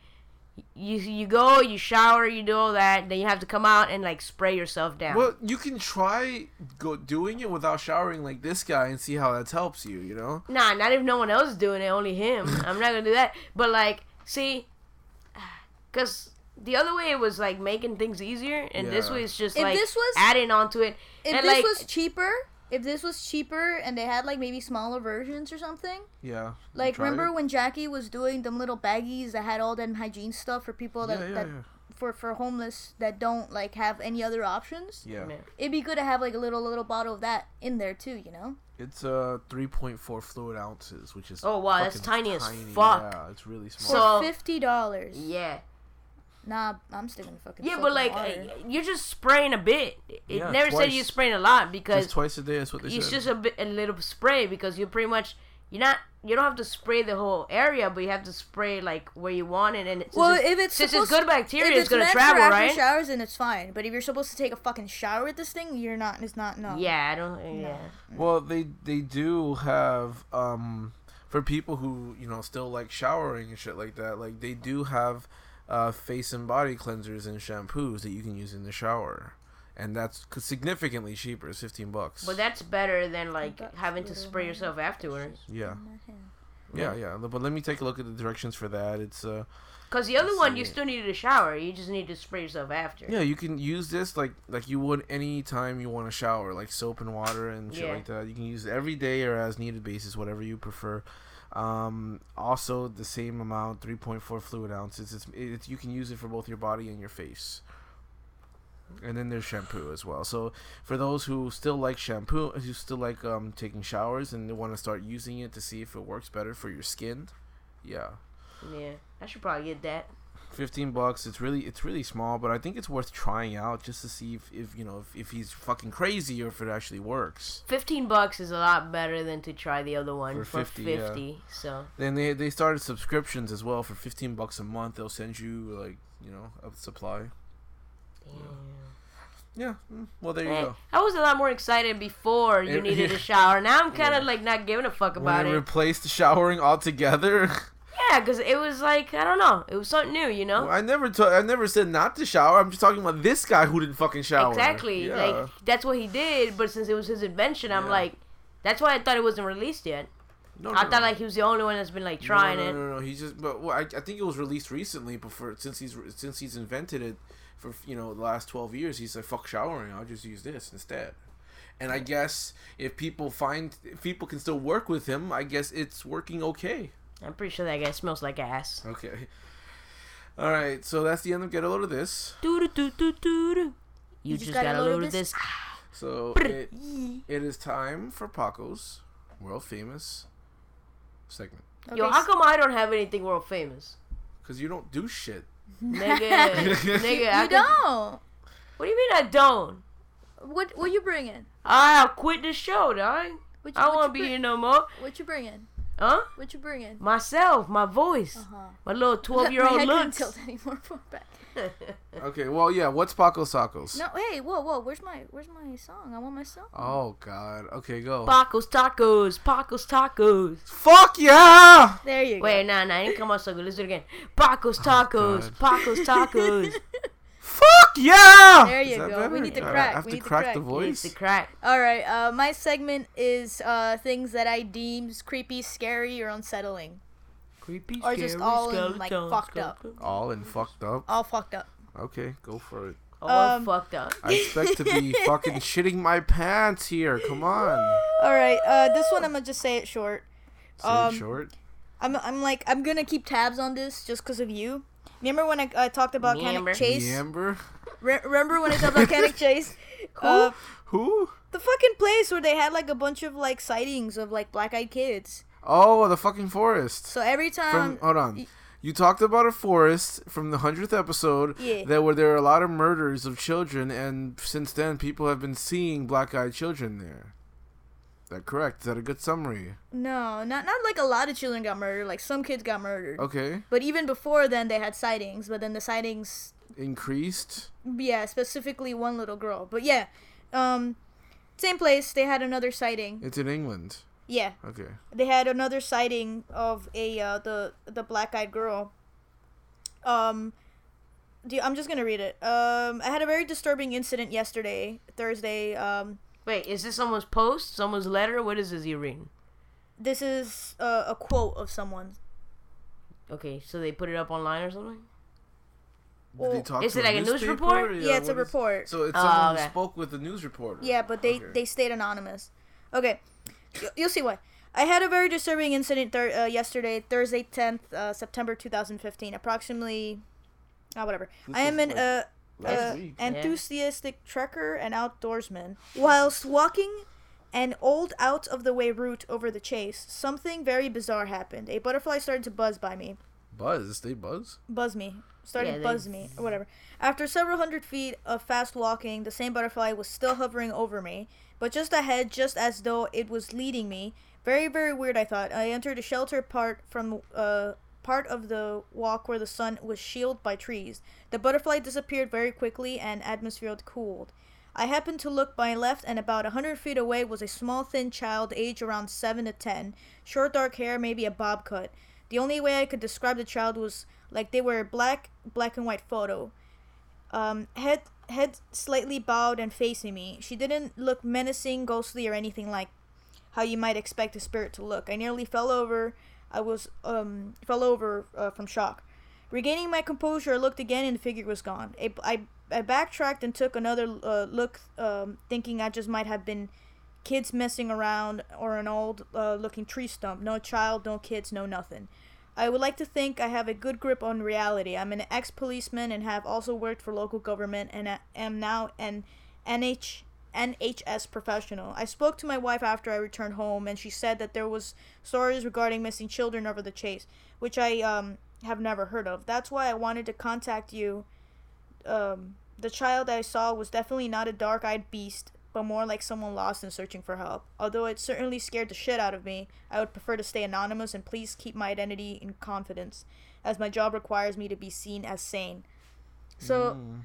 you you go, you shower, you do all that, then you have to come out and like spray yourself down. Well, you can try go doing it without showering like this guy and see how that helps you. You know. Nah, not if no one else is doing it, only [LAUGHS] him. I'm not gonna do that. But like, see, because the other way it was like making things easier, and this Yeah. way it's just If like this was- adding on to it. if and this like, was cheaper, if this was cheaper and they had like maybe smaller versions or something, Yeah. like Try remember it. when Jackie was doing them little baggies that had all them hygiene stuff for people that, Yeah, yeah, that yeah. for for homeless that don't like have any other options. Yeah. Yeah. It'd be good to have like a little little bottle of that in there too, you know. It's uh 3.4 fluid ounces, which is Oh, wow, that's fucking tiny as fuck. Yeah, it's really small. For So- fifty dollars. yeah, Nah, I'm sticking to fucking. yeah, soap but and like water. uh, you're just spraying a bit. It Yeah, never said you twice. spraying a lot just because twice a day. That's what they it's said. just a bit, a little spray because you pretty much you're not you don't have to spray the whole area, but you have to spray like where you want it. And since Well, it's- if it's since supposed it's good bacteria, if it's, gonna meant for travel, after right? Showers, then it's fine. But if you're supposed to take a fucking shower with this thing, you're not. It's not. No. Yeah, I don't. Yeah. well, they they do have um for people who you know still like showering and shit like that. Like they do have uh face and body cleansers and shampoos that you can use in the shower, and that's c- significantly cheaper. It's 15 bucks. But that's better than like That's having to little spray yourself afterwards. yeah. Yeah, yeah. But let me take a look at the directions for that. It's uh Cause the other one, you see. still needed a shower. You just need to spray yourself after. Yeah, you can use this like like you would any time you want to shower, like soap and water and shit Yeah. like that. You can use it every day or as needed basis, whatever you prefer. Um, also, the same amount, three point four fluid ounces. It's, it's you can use it for both your body and your face. And then there's shampoo as well. So for those who still like shampoo, who still like um, taking showers and they want to start using it to see if it works better for your skin, yeah, Yeah. I should probably get that. 15 bucks it's really it's really small but i think it's worth trying out just to see if, if you know if, if he's fucking crazy or if it actually works Fifteen bucks is a lot better than to try the other one For for, 50, fifty. yeah. So then they they started subscriptions as well for 15 bucks a month they'll send you like you know a supply yeah mm, well there you Eh, go I was a lot more excited before you It- [LAUGHS] needed a shower. Now I'm kind Yeah. of like not giving a fuck when about they it. replaced the showering altogether [LAUGHS] Yeah, 'cause it was like I don't know, it was something new, you know. i never to- I never said not to shower i'm just talking about this guy who didn't fucking shower Exactly. yeah. Like that's what he did, but since it was his invention, I'm Yeah. like, that's why I thought it wasn't released yet. No, I no, thought no. like he was the only one that's been like trying Hmm. no, no, it. No, no, no. He just, but well, I, I think it was released recently. Before since he's since he's invented it for you know the last twelve years, he's like fuck showering. I'll just use this instead. And I guess if people find if people can still work with him, I guess it's working okay. I'm pretty sure that guy smells like ass. Okay. All right, so that's the end of get a load of this. Doo doo doo doo doo. You just got a load of this. So it, it is time for Paco's world famous segment Okay, Yo, how come I don't have anything world [LAUGHS] famous? because you don't do shit. Nigga, nigga, I you could- don't. What do you mean I don't? What what you bringing? I'll quit the show, dog. What you, I what won't you be bring- here no more. What you bringing? Huh? What you bringing? Myself, my voice, Uh-huh. my little twelve year My old head couldn't looks. tilt [LAUGHS] anymore. Far back. Okay, well yeah, what's Paco's tacos? No, hey, whoa, whoa. Where's my where's my song? I want my song. Oh God. Okay, go. Paco's tacos, Paco's tacos. Fuck yeah! There you Wait, nah, nah, it didn't come out so good. Let's do it again. Paco's tacos, [LAUGHS] Paco's [LAUGHS] tacos. Fuck yeah! There you go. We need to crack. I have we to need to crack crack, the It's voice. the crack. All right. Uh, my segment is uh, things that I deem creepy, scary, or unsettling. Creepy, Or just scary all in, like, skeleton, fucked up. skeleton. All and fucked up. all fucked up. Okay, go for it. All Um, fucked up. [LAUGHS] I expect to be fucking shitting my pants here. Come on. All right, uh, this one I'm gonna just say it short. Say Um, short. I'm, I'm like I'm gonna keep tabs on this just because of you. Remember when I uh, talked about Remember. Canic Chase? Amber. Re- remember when I talked about Canic Chase? Uh, Who? the fucking place where they had like a bunch of like sightings of like black-eyed kids. Oh, the fucking forest. So every From time, hold on. y- You talked about a forest from the hundredth episode Yeah. that where there are a lot of murders of children, and since then people have been seeing black-eyed children there. That correct? Is that a good summary? no, not not like a lot of children got murdered. Like some kids got murdered. Okay. But even before then, they had sightings. But then the sightings Increased. Yeah, specifically one little girl. But yeah, um, same place. They had another sighting. It's in England. Yeah, Okay. they had another sighting of a uh, the the black eyed girl. Um, do I'm just gonna read it. Um, I had a very disturbing incident yesterday, Thursday. Um, Wait, is this someone's post? Someone's letter? What is this you reading? this is uh, a quote of someone. Okay, so they put it up online or something? Did he Well, talk Is to it like a news newspaper? report? Yeah, it's a what is- report. So it's Oh, someone who okay. spoke with the news reporter. Yeah, but they Okay. they stayed anonymous. Okay, You- you'll see why. I had a very disturbing incident thir- uh, yesterday, Thursday, tenth uh, September two thousand fifteen, approximately. Ah, whatever. I am was an uh, last uh, week. Yeah. enthusiastic trekker and outdoorsman. Whilst walking an old out of the way route over the chase, something very bizarre happened. A butterfly started to buzz by me Buzz. They buzz. buzz me started Yeah, they- buzz me or whatever after several hundred feet of fast walking the same butterfly was still hovering over me but just ahead just as though it was leading me very very weird i thought i entered a shelter part from uh part of the walk where the sun was shielded by trees the butterfly disappeared very quickly and atmosphere cooled I happened to look my left, and about a hundred feet away was a small, thin child, age around seven to ten, short, dark hair, maybe a bob cut. The only way I could describe the child was like they were a black, black and white photo. Um, head head slightly bowed and facing me. She didn't look menacing, ghostly, or anything like how you might expect a spirit to look. I nearly fell over. I was um fell over uh, from shock. Regaining my composure, I looked again, and the figure was gone. I I, I backtracked and took another uh, look, um, thinking I just might have been kids messing around or an old uh, looking tree stump. No child, no kids, no nothing. I would like to think I have a good grip on reality. I'm an ex policeman and have also worked for local government and I am now an NH. NHS professional. I spoke to my wife after I returned home, and she said that there was stories regarding missing children over the chase, which I um, have never heard of. That's why I wanted to contact you um, the child I saw was definitely not a dark eyed beast, but more like someone lost and searching for help. Although it certainly scared the shit out of me, I would prefer to stay anonymous and please keep my identity in confidence, as my job requires me to be seen as sane. So, Hmm.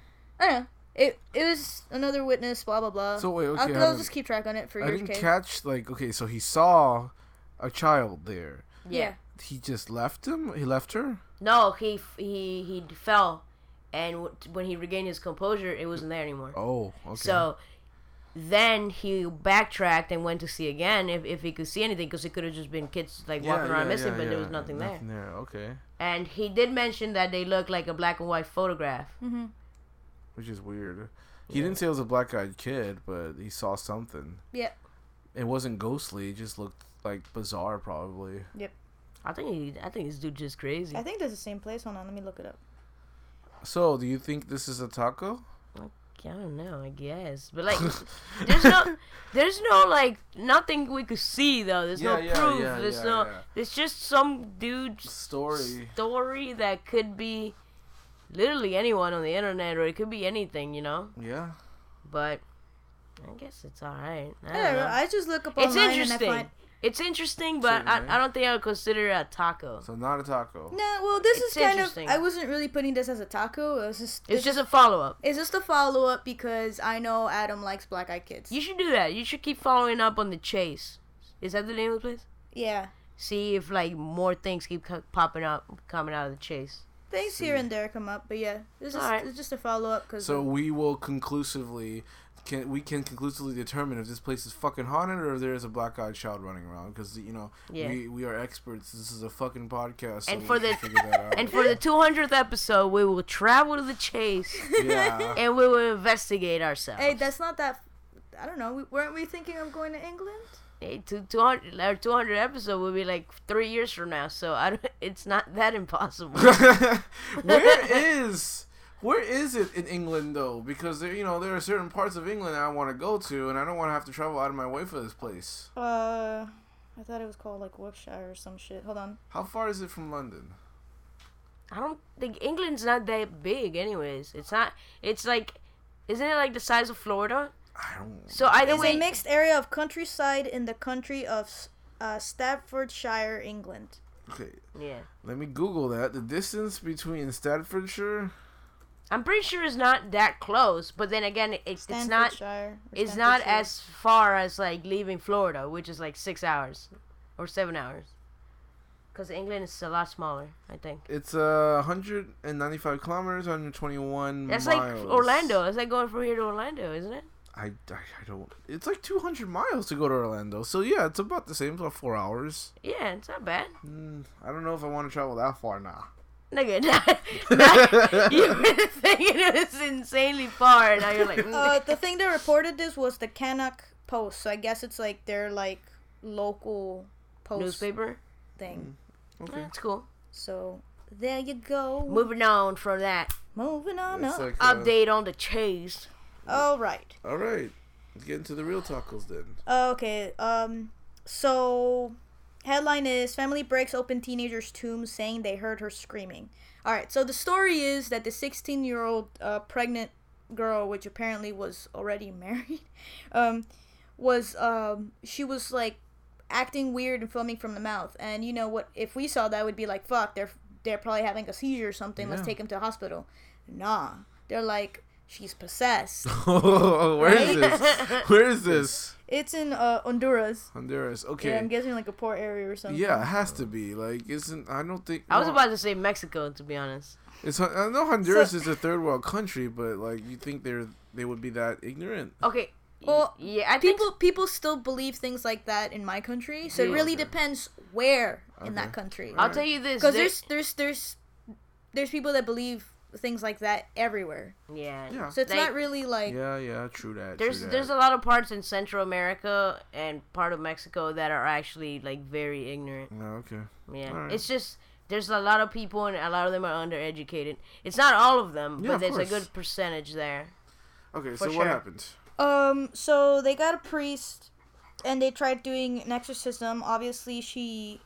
I don't know. It, it was another witness, blah, blah, blah. So wait, okay, I'll, I I'll don't- just keep track on it for I your didn't case. catch like okay, so he saw a child there. yeah. He just left him. He left her. No, he f- he he fell, and w- when he regained his composure, it wasn't there anymore. Oh, okay. So then he backtracked and went to see again if, if he could see anything, because it could have just been kids like walking around missing, but there was nothing, there. there. Okay, And he did mention that they looked like a black and white photograph. which is weird. He didn't say it was a black-eyed kid, but he saw something. Yeah. It wasn't ghostly. It just looked like bizarre, probably. I think he, I think this dude just crazy. I think that's the same place. Hold on, let me look it up. So, do you think this is a taco? I don't know, I guess. But like there's [LAUGHS] no there's no like nothing we could see though. There's no Yeah, yeah, proof. yeah, there's yeah, no yeah. there's just some dude's Story. story that could be literally anyone on the internet or it could be anything, you know? Yeah. But I guess it's alright. I I, don't know. I just look up it's online interesting. and I find. It's interesting, but I, Certainly. I don't think I would consider it a taco. So not a taco. No, well, this It's is kind of. interesting. I wasn't really putting this as a taco. It was just. it's just a follow up. It's just a follow up because I know Adam likes Black Eyed Kids. You should do that. You should keep following up on the chase. Is that the name of the place? yeah, see if like more things keep co- popping up coming out of the chase Things here and there come up, but yeah, this is Alright. it's just a follow up because So we will conclusively can we can conclusively determine if this place is fucking haunted or if there is a black-eyed child running around because you know Yeah. we we are experts. This is a fucking podcast. So And we for can the- figure that out. [LAUGHS] And for the 200th episode, we will travel to the [LAUGHS] chase [LAUGHS] yeah. and we will investigate ourselves. hey, that's not that. I don't know. We, weren't we thinking of going to England? Hey, two- 200 our 200 episode will be like three years from now, so I don't, [LAUGHS] it's not that impossible. where is where is it in England though? Because there, you know there are certain parts of England I want to go to, and I don't want to have to travel out of my way for this place. Uh, I thought it was called like Wiltshire or some shit. Hold on. How far is it from London? I don't think England's not that big, anyways. It's not. It's like, isn't it like the size of Florida? I don't. So either It's way, a mixed area of countryside in the country of S- uh, Staffordshire, England. Okay, yeah, let me Google that. The distance between Staffordshire. I'm pretty sure it's not that close. But then again, it, it's not. Staffordshire or It's not Staffordshire. as far as like leaving Florida, which is like six hours or seven hours. Cause England is a lot smaller, I think. It's uh, 195 kilometers, 121 That's miles. like Orlando. It's like going from here to Orlando, isn't it? I, I, I don't. It's like 200 miles to go to Orlando. So yeah, it's about the same. It's about four hours. Yeah, it's not bad. Mm, I don't know if I want to travel that far now. Nigga, [LAUGHS] not, [LAUGHS] not, you were thinking it was insanely far, and now you're like, [LAUGHS] mm. uh, the thing that reported this was the Canuck Post, so I guess it's like their like local post newspaper. thing. Yeah, That's cool. So there you go. Moving on from that Moving on It's up. like, uh, update on the chase. All right. All right, let's get into the real tacos [LAUGHS] then. [LAUGHS] Oh, Okay. Um. So, headline is family breaks open teenager's tomb, saying they heard her screaming. All right. So the story is that the 16-year-old uh, pregnant girl, which apparently was already [LAUGHS] married, um, was um she was like acting weird and filming from the mouth. And you know what? If we saw that, we'd be like, "Fuck, they're they're probably having a seizure or something. Let's Yeah. take him to the hospital." Nah, they're like, "She's [LAUGHS] possessed." Where is [LAUGHS] this? Where is this? it's in uh, Honduras. Honduras. Okay. Yeah, Yeah, I'm guessing like a poor area or something. it has to be. Like, isn't I don't think I was no, about to say Mexico, to be honest. It's Hon- I know Honduras So- is a third world country, but like you think they're they would be that ignorant? Okay. y- Well, yeah, I think People people still believe things like that in my country, so it Yeah. really depends where in Okay. that country. I'll tell you this. Because there- there's there's there's there's people that believe things like that everywhere. yeah, Yeah. So it's Like- not really like Yeah, yeah, true that. there's true there's a that. lot of parts in Central America and part of Mexico that are actually like very ignorant. Oh, No, okay. Yeah, Alright. it's just there's a lot of people and a lot of them are undereducated. It's not all of them, Yeah, but of there's a course. good percentage there. Okay, For so sure. what happened? Um, so they got a priest, and they tried doing an exorcism. Obviously, she,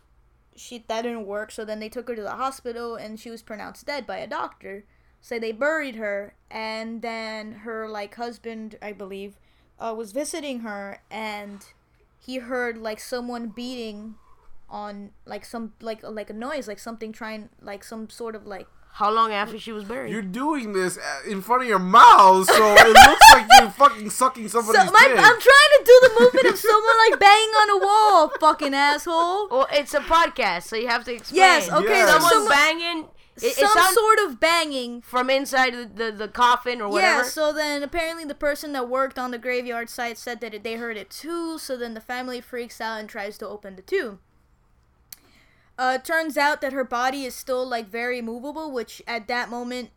she that didn't work. So then they took her to the hospital, and she was pronounced dead by a doctor. So they buried her, and then her like husband, I believe, uh, was visiting her, and he heard like someone beating on like some like like a noise, like something trying like some sort of like How long after she was buried? You're doing this uh, in front of your mouth, so it looks like [LAUGHS] you're fucking sucking So somebody's my, I'm dick. trying to do the movement of someone like banging on a wall, fucking asshole. well, it's a podcast, so you have to explain. Yes, okay, Yes. Someone someone- banging. It, it some sounds sort of banging. from inside the, the, the coffin or whatever. Yeah, so then apparently the person that worked on the graveyard site said that they heard it too, so then the family freaks out and tries to open the tomb. Uh, it turns out that her body is still like very movable, which at that moment,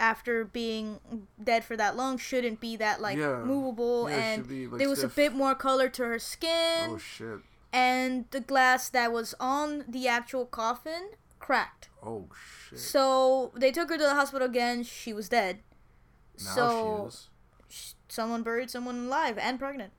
after being dead for that long, shouldn't be that like Yeah. movable, Yeah, it and should be, like, there was stiff. a bit more color to her skin, oh shit! and the glass that was on the actual coffin cracked. Oh shit! So they took her to the hospital again. She was dead. Now so- she is. Someone buried someone alive and pregnant.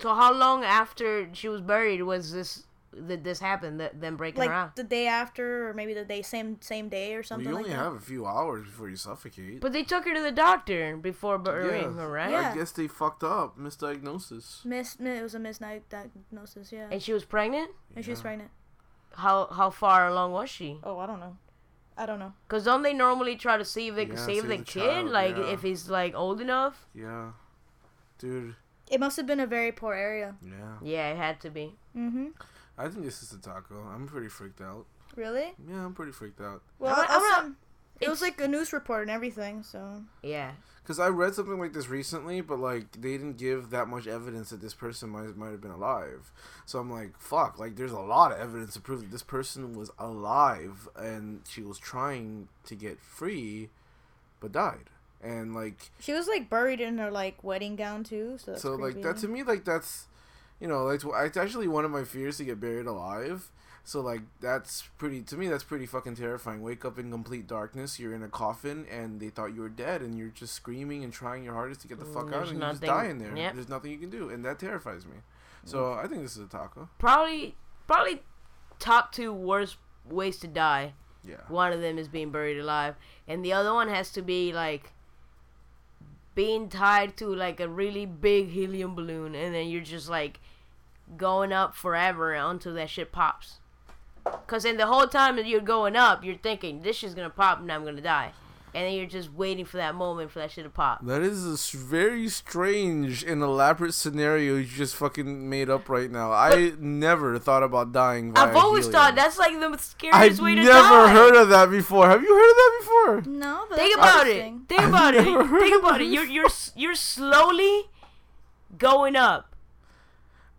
So how long after she was buried was this that this happened? That them breaking her Like out. the day after, or maybe the day same same day or Well, something you only like that. have a few hours before you suffocate. But they took her to the doctor before burying her, right? Yeah. I guess they fucked up. Misdiagnosis. Miss, mi- it was a misnight diagnosis, yeah. Uh-huh. And she was pregnant. And she was pregnant. How how far along was she? Oh, I don't know. I don't know. Cause don't they normally try to see if they can Yeah, save, save the, the kid, child, like yeah. if he's like old enough? Yeah. Dude. It must have been a very poor area. Yeah. Yeah, it had to be. Mm-hmm. I think this is the taco. I'm pretty freaked out. Really? Yeah, I'm pretty freaked out. Well, I'm not- I'm also- not- It was like a news report and everything. So Yeah. Because I read something like this recently, but like they didn't give that much evidence that this person might might have been alive. So I'm like, fuck. Like, there's a lot of evidence to prove that this person was alive and she was trying to get free, but died. And like, she was like buried in her like wedding gown too. So that's so like that to creepy. me, like that's, you know, like it's actually one of my fears to get buried alive. So like that's pretty to me. That's pretty fucking terrifying. Wake up in complete darkness. You're in a coffin, and they thought you were dead, and you're just screaming and trying your hardest to get the fuck out, there's and you just nothing- die in there. yep. There's nothing you can do, and that terrifies me. So I think this is a taco. Probably probably top two worst ways to die. Yeah. One of them is being buried alive, and the other one has to be like being tied to like a really big helium balloon, and then you're just like going up forever until that shit pops. Cause then the whole time that you're going up, you're thinking this shit's gonna pop and I'm gonna die, and then you're just waiting for that moment for that shit to pop. That is a s- very strange and elaborate scenario you just fucking made up right now. I never thought about dying. Via I've always helium. thought that's like the scariest I've way to never die. heard of that before. Have you heard of that before? no, but Think that's about it. interesting. Think about it. never heard Think of about it. You're you're s- you're slowly going up.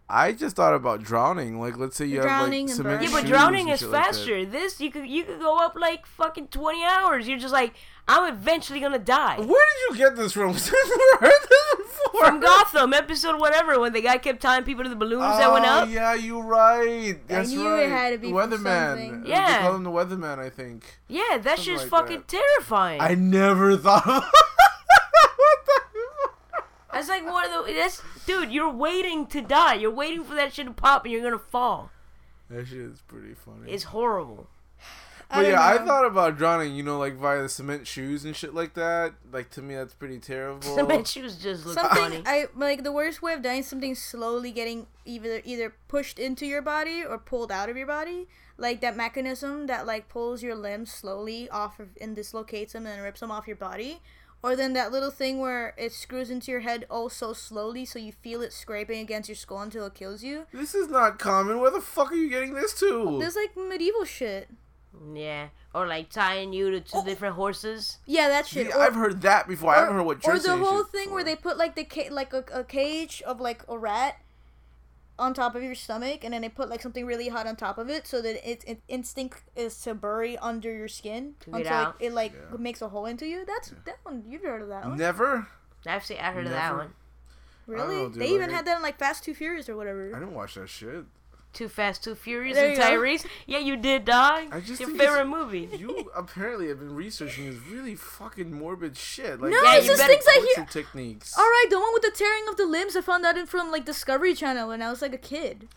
I just thought about drowning. Like, let's say you Drowning have and like burning. cement Yeah, Yeah, but shoes drowning and is shit like that. faster. this you could you could go up like fucking twenty hours. You're just like I'm eventually gonna die. Where did you get this from? [LAUGHS] I've never heard this before. From Gotham episode whatever when the guy kept tying people to the balloons that went Oh, up. Yeah, you right. That's knew right. it had to be from something. Weatherman. Yeah. they call him the Weatherman. I think. Yeah, that shit's like fucking that. terrifying. I never thought. Of [LAUGHS] What the- that's like one of the that's dude. You're waiting to die. You're waiting for that shit to pop and you're gonna fall. That shit is pretty funny. It's horrible. [LAUGHS] I But don't yeah, I know. thought about drowning. You know, like via the cement shoes and shit like that. Like to me, that's pretty terrible. Cement shoes just look funny. something I like the worst way of dying. is Something slowly getting either either pushed into your body or pulled out of your body, like that mechanism that like pulls your limbs slowly off of and dislocates them and rips them off your body, or then that little thing where it screws into your head oh so slowly so you feel it scraping against your skull until it kills you. This is not common. Where the fuck are you getting this to? There's like medieval shit. Yeah, or like tying you to Oh. two different horses. Yeah, that shit. Yeah, Or- I've heard that before. I haven't heard what or you're the whole thing where they put like the ca- like a, a cage of like a rat on top of your stomach and then they put like something really hot on top of it so that its it instinct is to bury under your skin get until out. it, it like makes a hole into you that's that one you've heard of that one Never. I've seen, I heard of that Never. one. really know, dude, they even like- had that in like fast two furious or I whatever didn't watch that shit. Too Fast, Too Furious, There and you go. Tyrese. Yeah, you did die. I just Your think favorite it's- [LAUGHS] movie. You apparently have been researching this really fucking morbid shit. Like no Yeah, it's you just better things i torture hear techniques. all right the one with the tearing of the limbs i found that in from like discovery channel when i was like a kid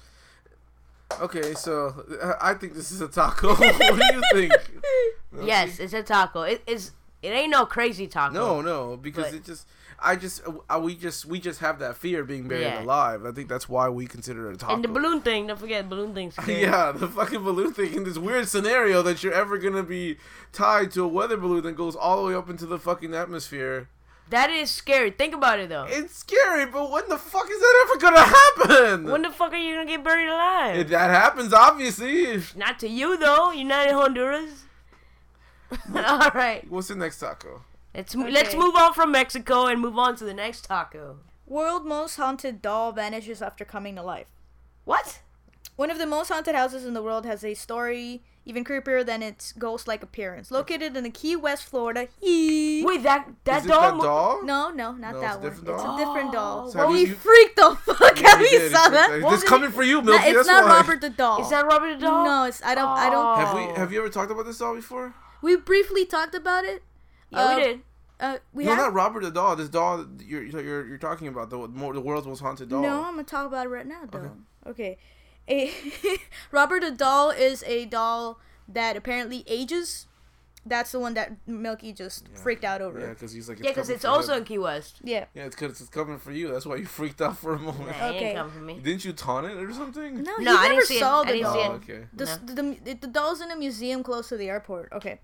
Okay, so uh, I think this is a taco. [LAUGHS] what do you think? Yes, it's a taco. It is. It ain't no crazy taco. No, no, because But- it just, I just, uh, we just, we just have that fear of being buried Yeah. alive. I think that's why we consider it a taco. And the balloon thing. Don't forget the balloon [LAUGHS] thing's scary. Yeah, the fucking balloon thing in this weird scenario that you're ever gonna be tied to a weather balloon that goes all the way up into the fucking atmosphere. That is scary. Think about it though. It's scary, but when the fuck is that ever gonna happen? when the fuck are you gonna get buried alive? If that happens, obviously. Not to you though. You're not in [LAUGHS] Honduras. [LAUGHS] All right. What's the next taco? Let's mo- let's Okay. move on from Mexico and move on to the next taco. [LAUGHS] world most haunted doll vanishes after coming to life What? One of the most haunted houses in the world has a story even creepier than its ghost-like appearance. Located in the Key West, Florida. Eee. Wait, that that Is it doll. that mo- doll? No, no, not No, it's a that different one. It's doll? a different doll. So have we you- freaked the [LAUGHS] fuck out. You We did, saw that. exactly. No, This coming for you, Milky. it's that's not why. Robert the doll. Is that Robert the doll? No, it's I don't. I Oh. don't. Have we? Have you ever talked about this doll before? We briefly talked about it. Yeah, we Uh, did. Uh, we No, have. not Robert the doll. This doll that you're you're, you're talking about the more the world's most haunted doll. No, I'm gonna talk about it right now, though. Okay. A [LAUGHS] Robert the doll is a doll that apparently ages. That's the one that Milky just freaked out over. Yeah, because he's like. Yeah, because coming it's for also him. in Key West. yeah. Yeah, it's because it's coming for you. That's why you freaked out for a moment. Nah, it ain't Okay. coming for me. Didn't you taunt it or something? No, No, he I never didn't see it. saw I the didn't doll. see it. Oh, okay. The, s- the, the, the doll's in a museum close to the airport. Okay.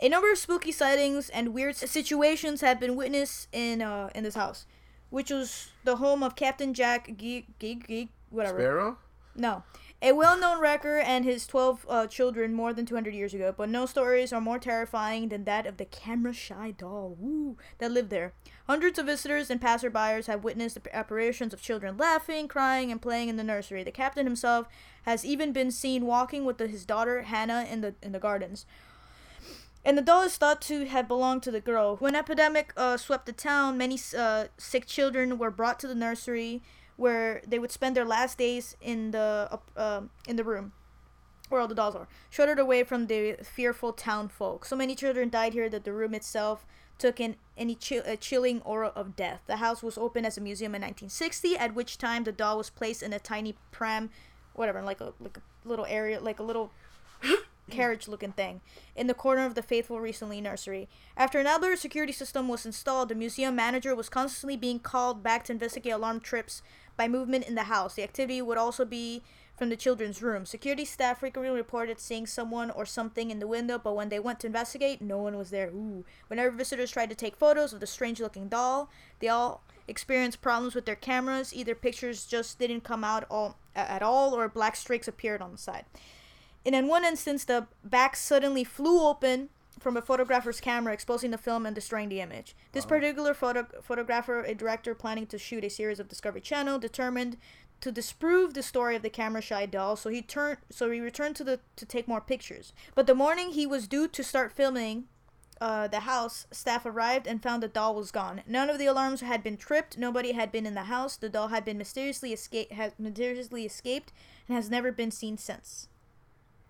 A number of spooky sightings and weird s- situations have been witnessed in uh, in this house, which was the home of Captain Jack Geek Geek Geek whatever. Sparrow. No, A well-known wrecker and his 12 uh, children more than 200 years ago, but no stories are more terrifying than that of the camera-shy doll woo, that lived there. Hundreds of visitors and passerbyers have witnessed the apparitions of children laughing, crying, and playing in the nursery. The captain himself has even been seen walking with the, his daughter Hannah in the in the gardens. And the doll is thought to have belonged to the girl. When epidemic uh, swept the town, many uh, sick children were brought to the nursery, where they would spend their last days in the uh, uh, in the room, where all the dolls are, shuttered away from the fearful town folk. So many children died here that the room itself took in any chill, a chilling aura of death. The house was opened as a museum in 1960, at which time the doll was placed in a tiny pram, whatever, like a like a little area, like a little carriage looking thing in the corner of the faithful recently nursery after an outdoor security system was installed the museum manager was constantly being called back to investigate alarm trips by movement in the house the activity would also be from the children's room security staff frequently reported seeing someone or something in the window but when they went to investigate no one was there ooh whenever visitors tried to take photos of the strange looking doll they all experienced problems with their cameras either pictures just didn't come out all, at all or black streaks appeared on the side and in one instance, the back suddenly flew open from a photographer's camera, exposing the film and destroying the image. This particular photo- photographer, a director planning to shoot a series of Discovery Channel, determined to disprove the story of the camera shy doll, so he turned so he returned to the to take more pictures. But the morning he was due to start filming, uh, the house staff arrived and found the doll was gone. None of the alarms had been tripped. Nobody had been in the house. The doll had been mysteriously escaped, has mysteriously escaped, and has never been seen since.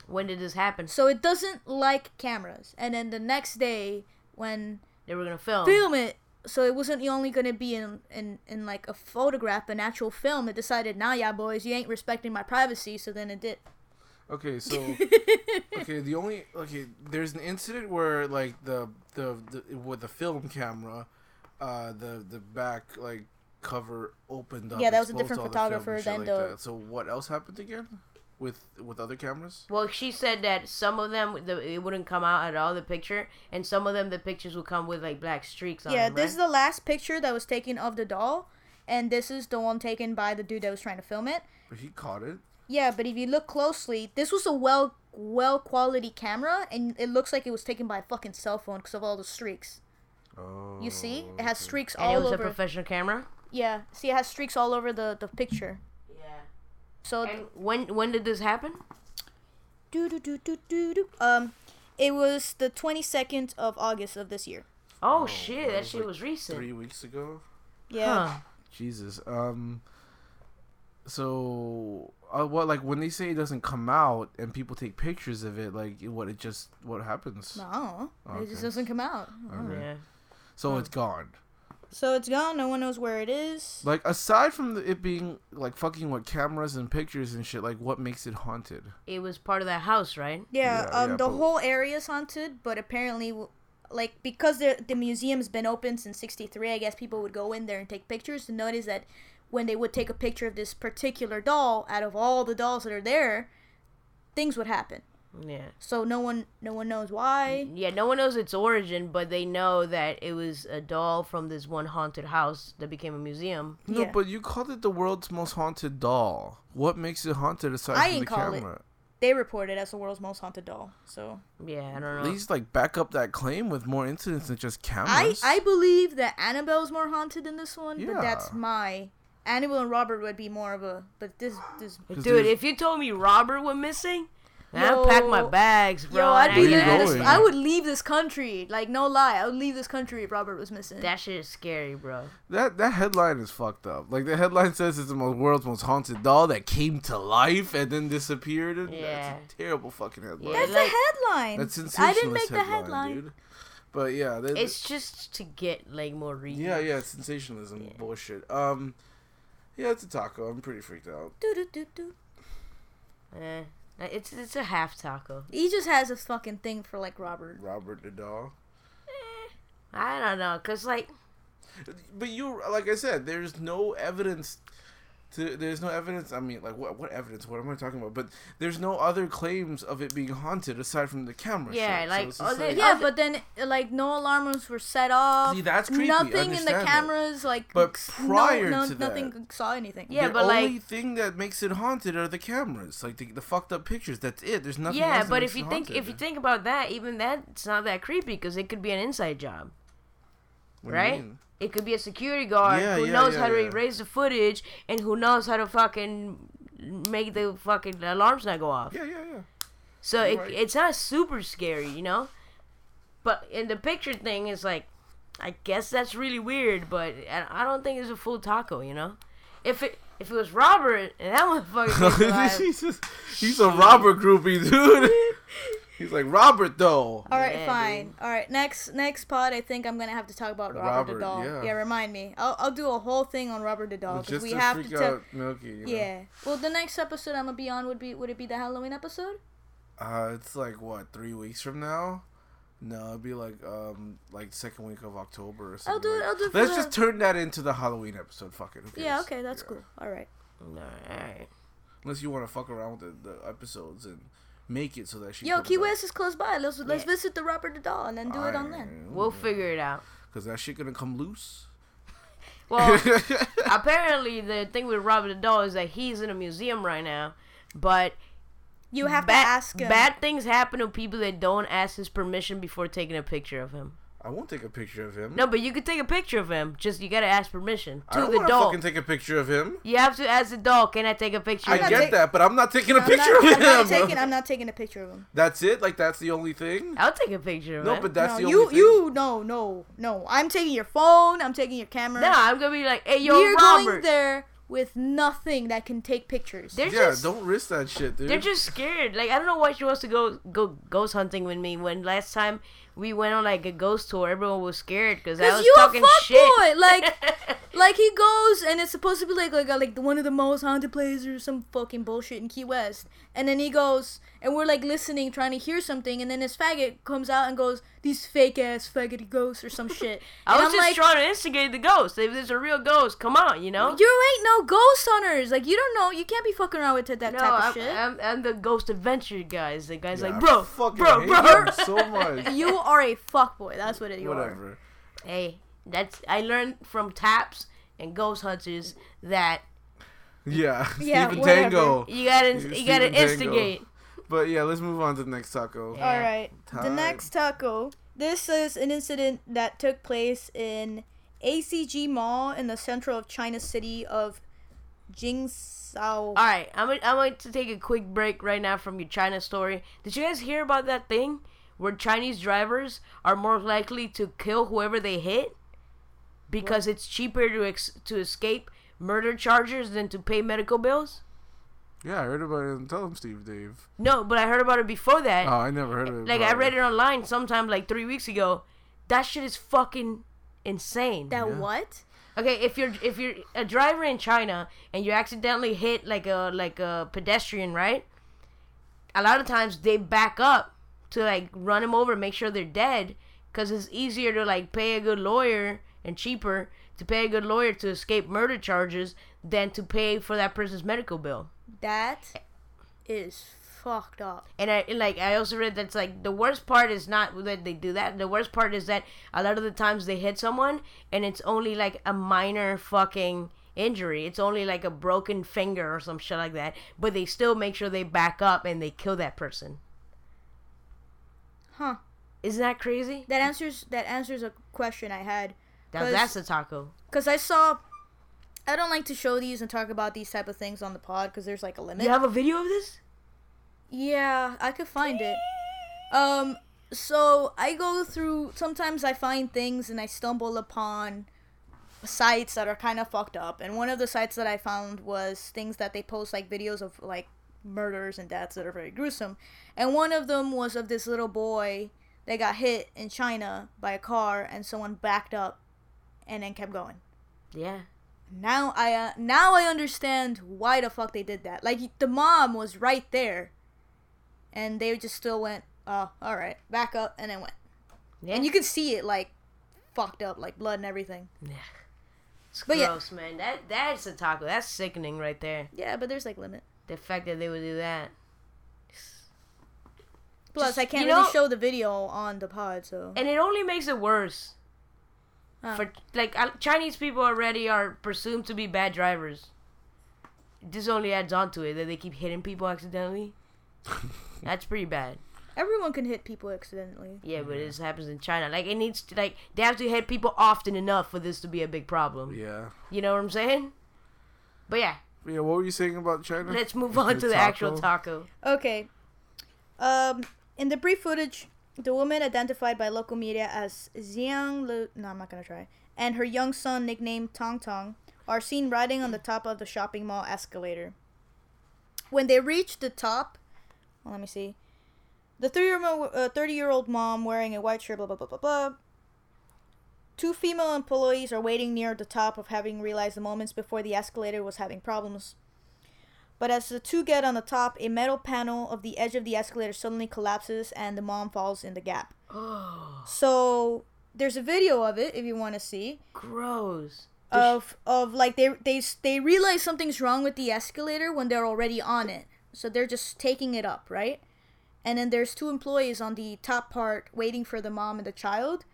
When did this happen? So it doesn't like cameras. And then the next day, when They were gonna film. film it, so it wasn't only gonna be in in, in like a photograph, an actual film. It decided, nah, yeah, boys, you ain't respecting my privacy. So then it did. [LAUGHS] Okay, so okay, the only okay, there's an incident where like the the, the with the film camera, uh, the the back like cover opened up. Yeah, that was a exposed different all the photographer film and shit than like the- that. So what else happened again? With with other cameras? Well, she said that some of them the, it wouldn't come out at all the picture, and some of them the pictures would come with like black streaks on Yeah, them. this is right? the last picture that was taken of the doll, and this is the one taken by the dude that was trying to film it. But he caught it. Yeah, but if you look closely, this was a well well quality camera, and it looks like it was taken by a fucking cell phone because of all the streaks. Oh. You see, it has streaks and all it was over. a professional camera. Yeah, see, it has streaks all over the, the picture. Yeah. So, And when when did this happen? do do do do do do. Um, it was the twenty second of August of this year. Oh, shit, that, was, shit like, was recent. Three weeks ago. Yeah. Huh. Jesus. Um. So, uh, what like when they say it doesn't come out and people take pictures of it, like what it just what happens? No, Oh, it Okay. just doesn't come out. Okay. Yeah. So it's gone. So it's gone. No one knows where it is. Like aside from the, it being like fucking with cameras and pictures and shit, like what makes it haunted? It was part of that house, right? Yeah. Yeah, um, yeah, the but- whole area is haunted, but apparently, w- like because the the museum's been open since '63, I guess people would go in there and take pictures and notice that when they would take a picture of this particular doll, out of all the dolls that are there, things would happen. Yeah. So no one no one knows why. Yeah, no one knows its origin, but they know that it was a doll from this one haunted house that became a museum. No, Yeah. but you called it the world's most haunted doll. What makes it haunted aside I from ain't the call it. camera? they report it as the world's most haunted doll. So Yeah, I don't know. At least like back up that claim with more incidents than just I cameras. I believe that Annabelle's more haunted than this one, but that's Yeah. my Annabelle and Robert would be more of a but this this 'Cause Dude, there's- if you told me Robert was missing, then I'd pack my Yo. bags, bro. Yo, I'd and be Where you there. that- this- going? I would leave this country. Like no lie, I would leave this country if Robert was missing. That shit is scary, bro. that that headline is fucked up. Like the headline [LAUGHS] says it's the most, world's most haunted doll that came to life and then disappeared. And Yeah. That's a terrible fucking headline. Yeah. that's like- the headline. That's sensationalist I didn't make headline, the headline. dude. But yeah, that, It's just to get like more reading. Yeah, yeah, sensationalism bullshit. Um, yeah, it's a taco. I'm pretty freaked out. Doo-doo-doo-doo. Eh, it's it's a half taco. He just has a fucking thing for like Robert. Robert the doll. Eh. I don't know, cause like But you, like I said, there's no evidence to, there's no evidence. I mean, like what what evidence? What am I talking about? But there's no other claims of it being haunted aside from the camera. Yeah, shot. So like, it's just oh, they- Yeah, Other- but then like no alarms were set off. See, that's creepy. I Nothing in the understand that. cameras, like But s- prior no, no, to that- nothing saw anything. Yeah, the but, like- only thing that makes it haunted are the cameras, like the, the fucked up pictures. That's it. There's nothing. yeah, else that but makes if it you think haunted. if you think about that, even that's not that creepy because it could be an inside job, What do you right? mean? It could be a security guard Yeah, who yeah, knows yeah, how to yeah. erase the footage and who knows how to fucking make the fucking alarms not go off. Yeah, yeah, yeah. So You're it, right. it's not super scary, you know. But in the picture thing is like, I guess that's really weird, but I I don't think it's a full taco, you know. If it if it was Robert [LAUGHS] and that motherfucker, [LAUGHS] gets alive, he's, just, he's a robber groupie, [LAUGHS] dude. he's like Robert though. All right, Yeah, fine. All right, next next pod, I think I'm gonna have to talk about Robert, Robert, the Dahl. yeah. Yeah. remind me. I'll, I'll do a whole thing on Robert the Dahl because Just Uh, we to have to. freak tell out Milky. you know? Yeah. Well, the next episode I'm gonna be on would be would it be the Halloween episode? Uh, it's like what three weeks from now. No, it'd be like um like second week of October or something. do it- like- I'll do it for Let's the- just turn that into the Halloween episode. Fuck it. who Yeah. cares? Okay, that's Yeah. cool. All right. Alright. Unless you want to fuck around with the, the episodes and make it so that she. Yo, comes Key out. West is close by. Let's let's Yeah. visit the Robert the Dahl and then do it on then. we'll figure it out. Cause that shit gonna come [LAUGHS] loose. Well, [LAUGHS] apparently the thing with Robert the Doll is that he's in a museum right now, but You have to bad, ask him. bad things happen to people that don't ask his permission before taking a picture of him. I won't take a picture of him. No, but you could take a picture of him. Just you gotta ask permission I to don't the want to doll. fucking take a picture of him. You have to ask the dog, can I take a picture? I of get you?" take- that, but I'm not taking a I'm picture not, of I'm not him. taking. I'm not taking a picture of him. That's it. Like that's the only thing. I'll take a picture of No, it. but that's no, the only you thing. you no no no. I'm taking your phone. I'm taking your camera. No, I'm gonna be like, hey, yo, You're going Robert. there with nothing that can take pictures. They're yeah, just don't risk that shit, dude. they're just scared. Like I don't know why she wants to go go ghost hunting with me. When last time we went on like a ghost tour, everyone was scared because I Cause was you a talking fuckboy. shit. Like, [LAUGHS] like he goes and it's supposed to be like like a- like one of the most haunted places or some fucking bullshit in Key West. And then he goes and we're like listening, trying to hear something, and then this faggot comes out and goes, "These fake ass faggoty ghosts or some shit." [LAUGHS] I and was I'm just like, trying to instigate the ghost. If there's a real ghost, come on, you know. "You ain't no ghost hunters. Like you don't know. You can't be fucking around with that that no, type of I'm, shit." [LAUGHS] I'm, I'm the ghost adventure guys. The guys Yeah, I like, bro, fucking bro, hate bro. him [LAUGHS] so much. you are a fuckboy. That's what you are. Whatever. Hey, that's I learned from taps and ghost hunters that Yeah, [LAUGHS] Yeah, Steven whatever. Tango. you gotta Steven you gotta Tango. instigate. But yeah, let's move on to the next taco. Yeah. All right. The Time. next taco. This is an incident that took place in ACG Mall in the central of China city of Jingsao. All right, I'm gonna, I'm going to take a quick break right now from your China story. Did you guys hear about that thing where Chinese drivers are more likely to kill whoever they hit because it's cheaper to ex- to escape murder charges than to pay medical bills? Yeah, I heard about it. on Tell him, Steve, Dave. No, but I heard about it before that. Oh, I never heard of it. like I read it online sometime like 3 weeks ago. That shit is fucking insane. That what? Okay, if you're if you're a driver in China and you accidentally hit like a like a pedestrian, right? A lot of times they back up to like run them over, make sure they're dead, because it's easier to like pay a good lawyer and cheaper to pay a good lawyer to escape murder charges than to pay for that person's medical bill. That is fucked up. And I and, like I also read that's like the worst part is not that they do that. The worst part is that a lot of the times they hit someone and it's only like a minor fucking injury. It's only like a broken finger or some shit like that. But they still make sure they back up and they kill that person. Huh. Isn't that crazy? That answers that answers a question I had Now that's a taco. cuz I saw I don't like to show these and talk about these type of things on the pod cuz there's like a limit. You have a video of this? Yeah, I could find it. Um, so I go through. Sometimes I find things and I stumble upon sites that are kind of fucked up. And one of the sites that I found was things that they post like videos of like murders and deaths that are very gruesome. And one of them was of this little boy that got hit in China by a car and someone backed up and then kept going. Yeah. Now I uh, now I understand why the fuck they did that. Like the mom was right there, and they just still went. Oh, all right, back up, and then went. Yeah. And you could see it like fucked up, like blood and everything. Yeah. It's But yeah. gross, man. That that's a taco. That's sickening right there. Yeah, but there's like limit. The fact that they would do that. Plus, Just- I can't you really know- show the video on the pod, so and it only makes it worse. Huh. For like uh, Chinese people already are presumed to be bad drivers. This only adds on to it that they keep hitting people [LAUGHS] accidentally. That's pretty bad. everyone can hit people accidentally. Yeah, but this happens in China. Like it needs to like they have to hit people often enough for this to be a big problem. Yeah. You know what I'm saying? But yeah, Yeah. What were you saying about China? let's move on to the actual taco. Okay. Um, in the brief footage, the woman identified by local media as Xiang Lu. No, I'm not gonna try. And her young son, nicknamed Tong Tong, are seen riding on the top of the shopping mall escalator. When they reach the top, well, let me see. The thirty-year-old uh, 30-year-old mom wearing a white shirt, blah blah blah blah blah. Two female employees are waiting near the top of having realized the moments before the escalator was having problems. But as the two get on the top, a metal panel of the edge of the escalator suddenly collapses and the mom falls in the gap. so there's a video of it if you want to see Gross. of of like they they they realize something's wrong with the escalator when they're already on it. So they're just taking it up, right? And then there's two employees on the top part waiting for the mom and the child.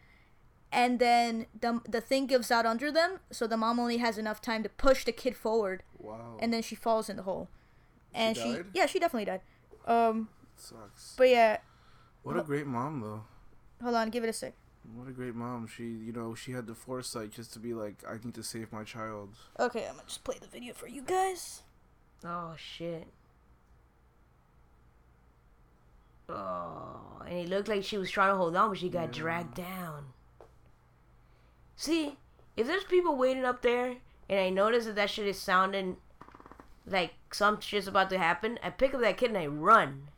And then the the thing gives out under them, so the mom only has enough time to push the kid forward Wow. and then she falls in the hole. And she, died? yeah, she definitely died. Um, Sucks. but yeah, What a great mom though. hold on, give it a sec. What a great mom. She, you know, she had the foresight just to be like, I need to save my child. Okay, I'm gonna just play the video for you guys. Oh shit. Oh, and it looked like she was trying to hold on, but she got dragged down. See, if there's people waiting up there, and I notice that that shit is sounding like some shit's about to happen, I pick up that kid and I run.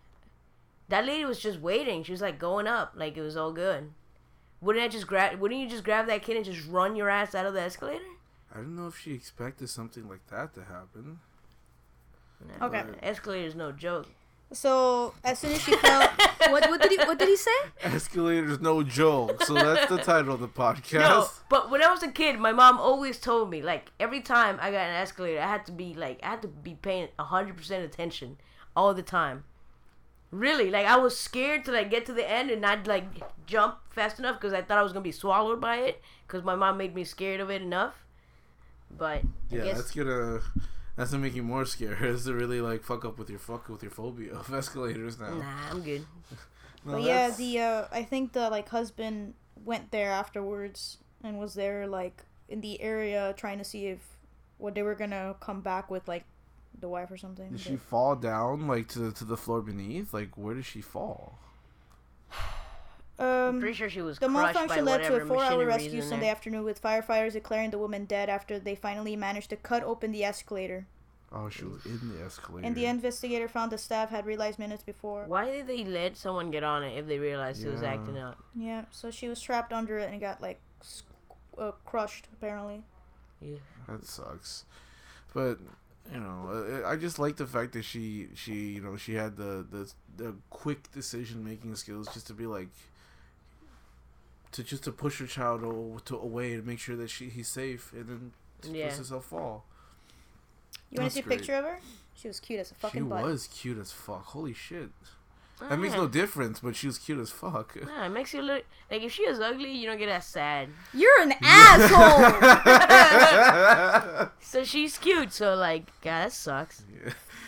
That lady was just waiting. She was like going up, like it was all good. Wouldn't I just grab? Wouldn't you just grab that kid and just run your ass out of the escalator? I don't know if she expected something like that to happen. [LAUGHS] Okay. Escalator's no joke. So as soon as she [LAUGHS] fell, what what did he what did he say? Escalators, no joke. So that's the title of the podcast. No, but when I was a kid, my mom always told me like every time I got an escalator, I had to be like I had to be paying hundred percent attention all the time. Really, like I was scared to like get to the end and not like jump fast enough because I thought I was gonna be swallowed by it because my mom made me scared of it enough. But I Yeah, guess that's gonna that's gonna make you more scared. [LAUGHS] Is to really like fuck up with your fuck with your phobia of [LAUGHS] escalators now. nah, I'm good. No, But yeah, that's- the uh, I think the like husband went there afterwards and was there like in the area trying to see if what they were gonna come back with like the wife or something. did she fall down like to the to the floor beneath? Like where did she fall? But, um, Pretty sure she was The crushed by malfunction led to whatever a four-hour machinery rescue is in Sunday there. afternoon with firefighters declaring the woman dead after they finally managed to cut open the escalator. Oh, she was in the escalator. And the Mm-hmm. investigator found the staff had realized minutes before. Why did they let someone get on it if they realized it was Yeah. acting up? Yeah, so she was trapped under it and got like s- uh, crushed apparently. That sucks. But you know, uh, I I just like the fact that she she you know she had the the, the quick decision making skills just to be like to just to push her child o- to away and make sure that she he's safe and then to Yeah. lets herself fall. You want That's to see a great. picture of her? She was cute as a fucking she butt. was cute as fuck. Holy shit. That makes no Ah. difference, but she was cute as fuck. Nah, it makes you look like if she was ugly, you don't get that sad. You're [LAUGHS] an asshole. So she's cute. So like, God, that sucks.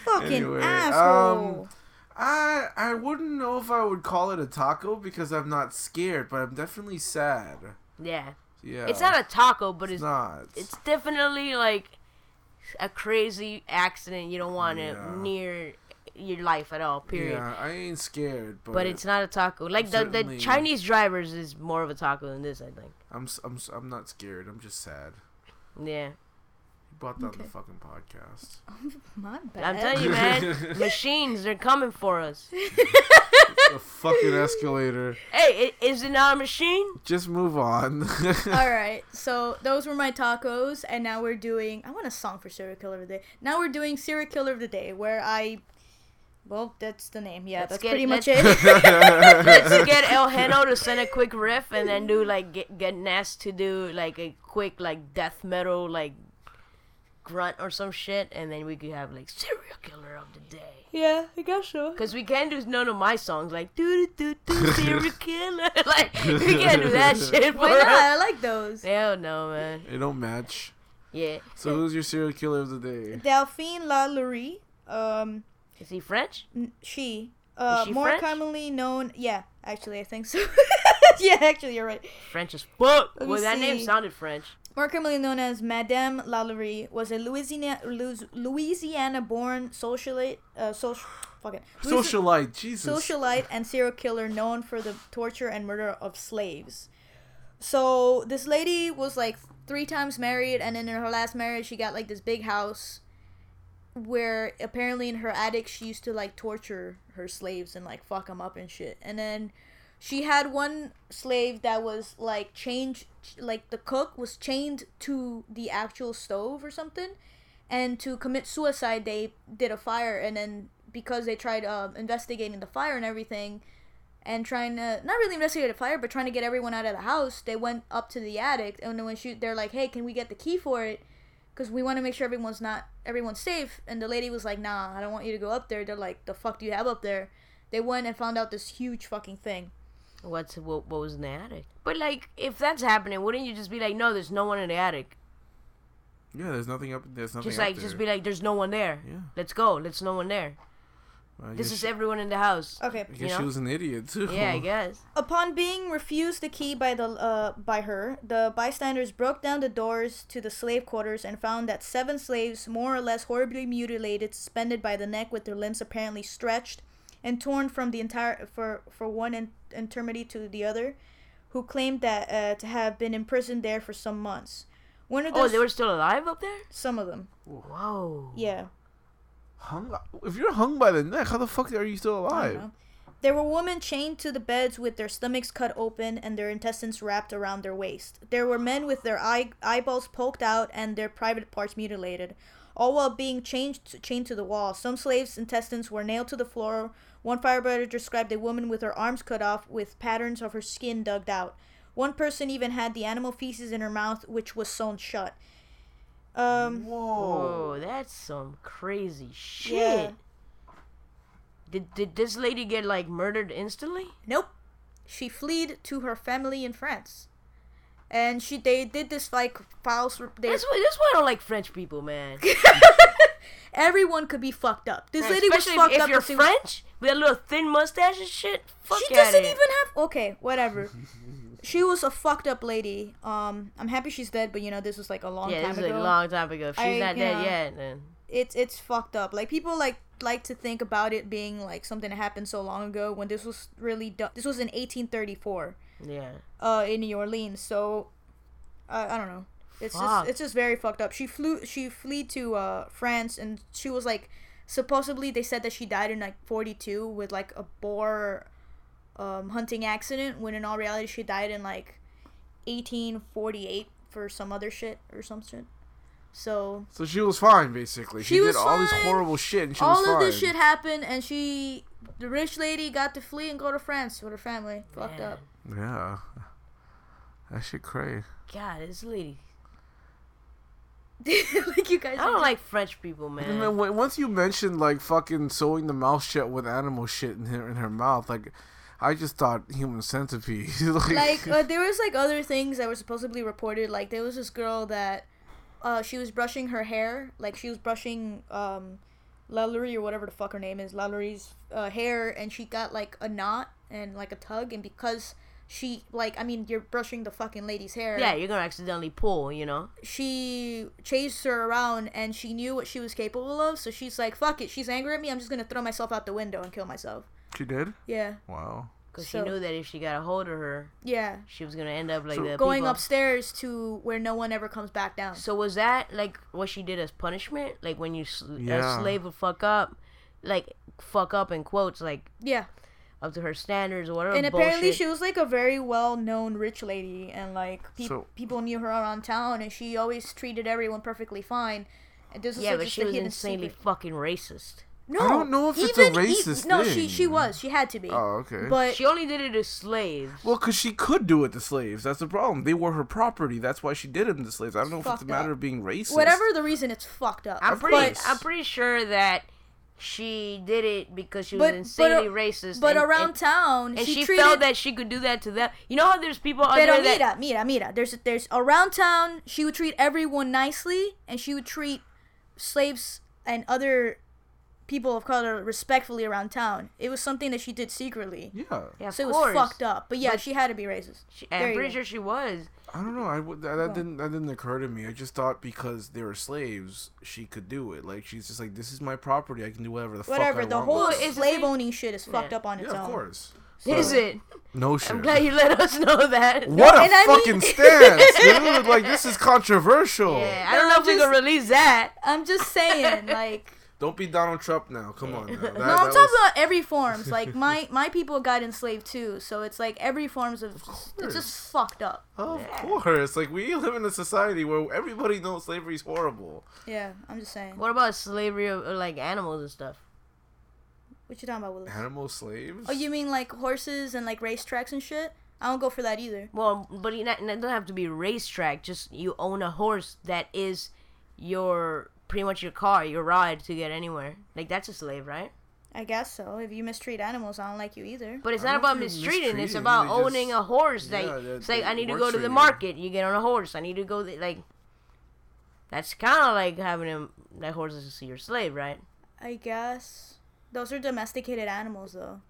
fucking Anyway, asshole. um, I I wouldn't know if I would call it a taco because I'm not scared, but I'm definitely sad. Yeah, Yeah. it's not a taco, but It's it's not. it's definitely like a crazy accident. You don't want it Yeah. near your life at all. Period. Yeah, I ain't scared, but, But it's not a taco. Like the, the Certainly. Chinese drivers is more of a taco than this, I think. I'm s- I'm s- I'm not scared. I'm just sad. Yeah, You brought that on Okay. the fucking [LAUGHS] podcast. My bad. I'm telling you, [LAUGHS] man. machines, they're coming for us. the fucking escalator. Hey, i- is it not a machine? Just move on. [LAUGHS] [LAUGHS] All right, so those were my tacos, and now we're doing. I want a song for serial killer of the day. Now we're doing serial killer of the day, where I Well, that's the name. Yeah, Let's that's get- pretty much let's- it. [LAUGHS] Let's get El Heno to send a quick riff and then do like get, get Ness to do like a quick like death metal like grunt or some shit and then we could have like serial killer of the day. yeah, I guess so. Cause we can't do none of my songs like do do do do serial killer [LAUGHS] like we can't do that shit for Why not? us. I like those. Hell no man. It don't match. Yeah. So who's your serial killer of the day? Delphine LaLaurie. Um, Is he French? n- she. Uh, she more French? commonly known. Yeah, actually, I think so. [LAUGHS] yeah, actually, you're right. French as fuck. Let me Well that name see. sounded French. More commonly known as Madame LaLaurie, was a Louisiana Louisiana-born socialite, uh, social, fuck it, Louisi- Socialite, Jesus. socialite and serial killer known for the torture and murder of slaves. So this lady was like three times married, and in her last marriage, she got like this big house, where apparently in her attic she used to like torture her slaves and like fuck them up and shit. And then she had one slave that was like chained, like the cook was chained to the actual stove or something, and to commit suicide they did a fire and then because they tried uh, investigating the fire and everything and trying to not really investigate the fire but trying to get everyone out of the house they went up to the attic and then when she they're like hey can we get the key for it because we want to make sure everyone's not everyone's safe and the lady was like nah i don't want you to go up there they're like the fuck do you have up there they went and found out this huge fucking thing What's what, what was in the attic? But like if that's happening, wouldn't you just be like, No, there's no one in the attic? Yeah, there's nothing up. There's nothing. Just up like, there. just be like, there's no one there. Yeah. Let's go. Let's no one there. I This guess is she- everyone in the house. [LAUGHS] okay I you guess she know? was an idiot too. Yeah, I guess. Upon being refused the key by the uh, by her, the bystanders broke down the doors to the slave quarters and found that seven slaves, more or less horribly mutilated, suspended by the neck with their limbs apparently stretched and torn from the entire for for one in, infirmity to the other, who claimed that uh, to have been imprisoned there for some months. One of Oh, those, they were still alive up there? some of them, Whoa. yeah. [LAUGHS] Hung. If you're hung by the neck, how the fuck are you still I alive? don't know. Uh-huh. There were women chained to the beds with their stomachs cut open and their intestines wrapped around their waist. There were men with their eye- eyeballs poked out and their private parts mutilated, all while being chained to, chained to the wall. Some slaves' intestines were nailed to the floor. One firefighter described a woman with her arms cut off with patterns of her skin dug out. One person even had the animal feces in her mouth, which was sewn shut. Um, Whoa, that's some crazy shit. Yeah. Did did this lady get like murdered instantly? Nope. She fled to her family in France. And she they did this like false they, That's why that's why I don't like French people, [LAUGHS] man. everyone could be fucked up. This lady was Especially fucked if, up if you're and she was- French with a little thin mustache and shit. Fuck She outta doesn't here. even have Okay, whatever. she was a fucked up lady. Um I'm happy she's dead, but you know this was like a long Yeah, time this is ago. a long time ago. If she's I- not yeah. dead yet, then it's it's fucked up. Like people like like to think about it being like something that happened so long ago when this was really done. This was in 1834 yeah. uh in New Orleans. So uh, I don't know. It's Fuck. just it's just very fucked up. She flew she fleed to uh France and she was like supposedly they said that she died in like 42 with like a boar um hunting accident when in all reality she died in like 1848 for some other shit or some shit. So So she was fine, basically. She, She did was all this fine. horrible shit, and she all was of fine. this shit happened and she the rich lady got to flee and go to France with her family. Fucked Man. up. Yeah, that shit cray. God, this lady. [LAUGHS] like you guys I don't like French people, man. And then when, once you mentioned like fucking sewing the mouth shut with animal shit in her in her mouth, like I just thought human centipede. [LAUGHS] like, like uh, there was like other things that were supposedly reported like there was this girl that uh, she was brushing her hair like she was brushing um Lalaurie or whatever the fuck her name is Lalaurie's uh, hair and she got like a knot and like a tug and because she like I mean you're brushing the fucking lady's hair yeah, you're gonna accidentally pull, you know. she chased her around and she knew what she was capable of so she's like fuck it she's angry at me I'm just gonna throw myself out the window and kill myself she did. yeah Wow. Because So- she knew that if she got a hold of her, yeah she was gonna end up like So- the going people. upstairs to where no one ever comes back down So was that like what she did as punishment? Like when you sl- Yeah. a slave would fuck up, like fuck up in quotes, like yeah up to her standards or whatever. and apparently bullshit. she was like a very well-known rich lady and like pe- So- people knew her around town and she always treated everyone perfectly fine and this was yeah, like but just she a was hidden insanely secret. fucking racist. No, e-, I don't know if it's a racist No, she thing. she was. She had to be. Oh, okay. But She only did it to slaves. Well, because she could do it to slaves. That's the problem. They were her property. That's why she did it to slaves. I don't know if Fucked it's a matter up. of being racist. whatever the reason, it's fucked up. I'm Of pretty. course. I'm pretty sure that she did it because she was But- but- insanely racist. But and- around and, town, and she, she, treated. felt that she could do that to them. You know how there's people out Pero there mira, that mira, mira. There's there's around town. She would treat everyone nicely, and she would treat slaves and other people of color respectfully around town. It was something that she did secretly. Yeah. yeah, of so it was course. fucked up. But yeah, she had to be racist. She, There I'm you pretty go. sure she was. I don't know. I would- that, that didn't that didn't occur to me. I just thought because they were slaves, she could do it. Like she's just like, this is my property. I can do whatever the Whatever. fuck I The want. whole with Well, it's- it." slave owning shit is fucked up on yeah, its own. of course. Is it? [LAUGHS] No I'm shit. glad you let us know that. What and a I [LAUGHS] fucking mean- stance, dude! Like this is controversial. Yeah, I don't know No, if we can just- release that. I'm just [LAUGHS] saying, [LAUGHS] like. Don't be Donald Trump now. Come on. Now. [LAUGHS] That, No, I'm that talking was- about every [LAUGHS] forms. Like my my people got enslaved too, so it's like every forms of, it's just fucked up. Of course. Like we live in a society where everybody knows slavery's horrible. Yeah, I'm just saying. What, What about slavery of of, like animals and stuff? you talking about, Willis? Animal slaves? Oh, you mean like horses and like racetracks and shit? I don't go for that either. Well, but it not- it doesn't have to be racetrack. Just you own a horse that is your pretty much your car, your ride to get anywhere. Like that's a slave, right? I guess so. If you mistreat animals, I don't like you either. But it's not I don't about think mistreating. It's mistreating, about they just- owning a horse. That Yeah, they're- it's like I they're need to go to the worse-treating. market. You get on a horse. I need to go. th- Like that's kind of like having him. That horse is your slave, right? I guess those are domesticated animals though.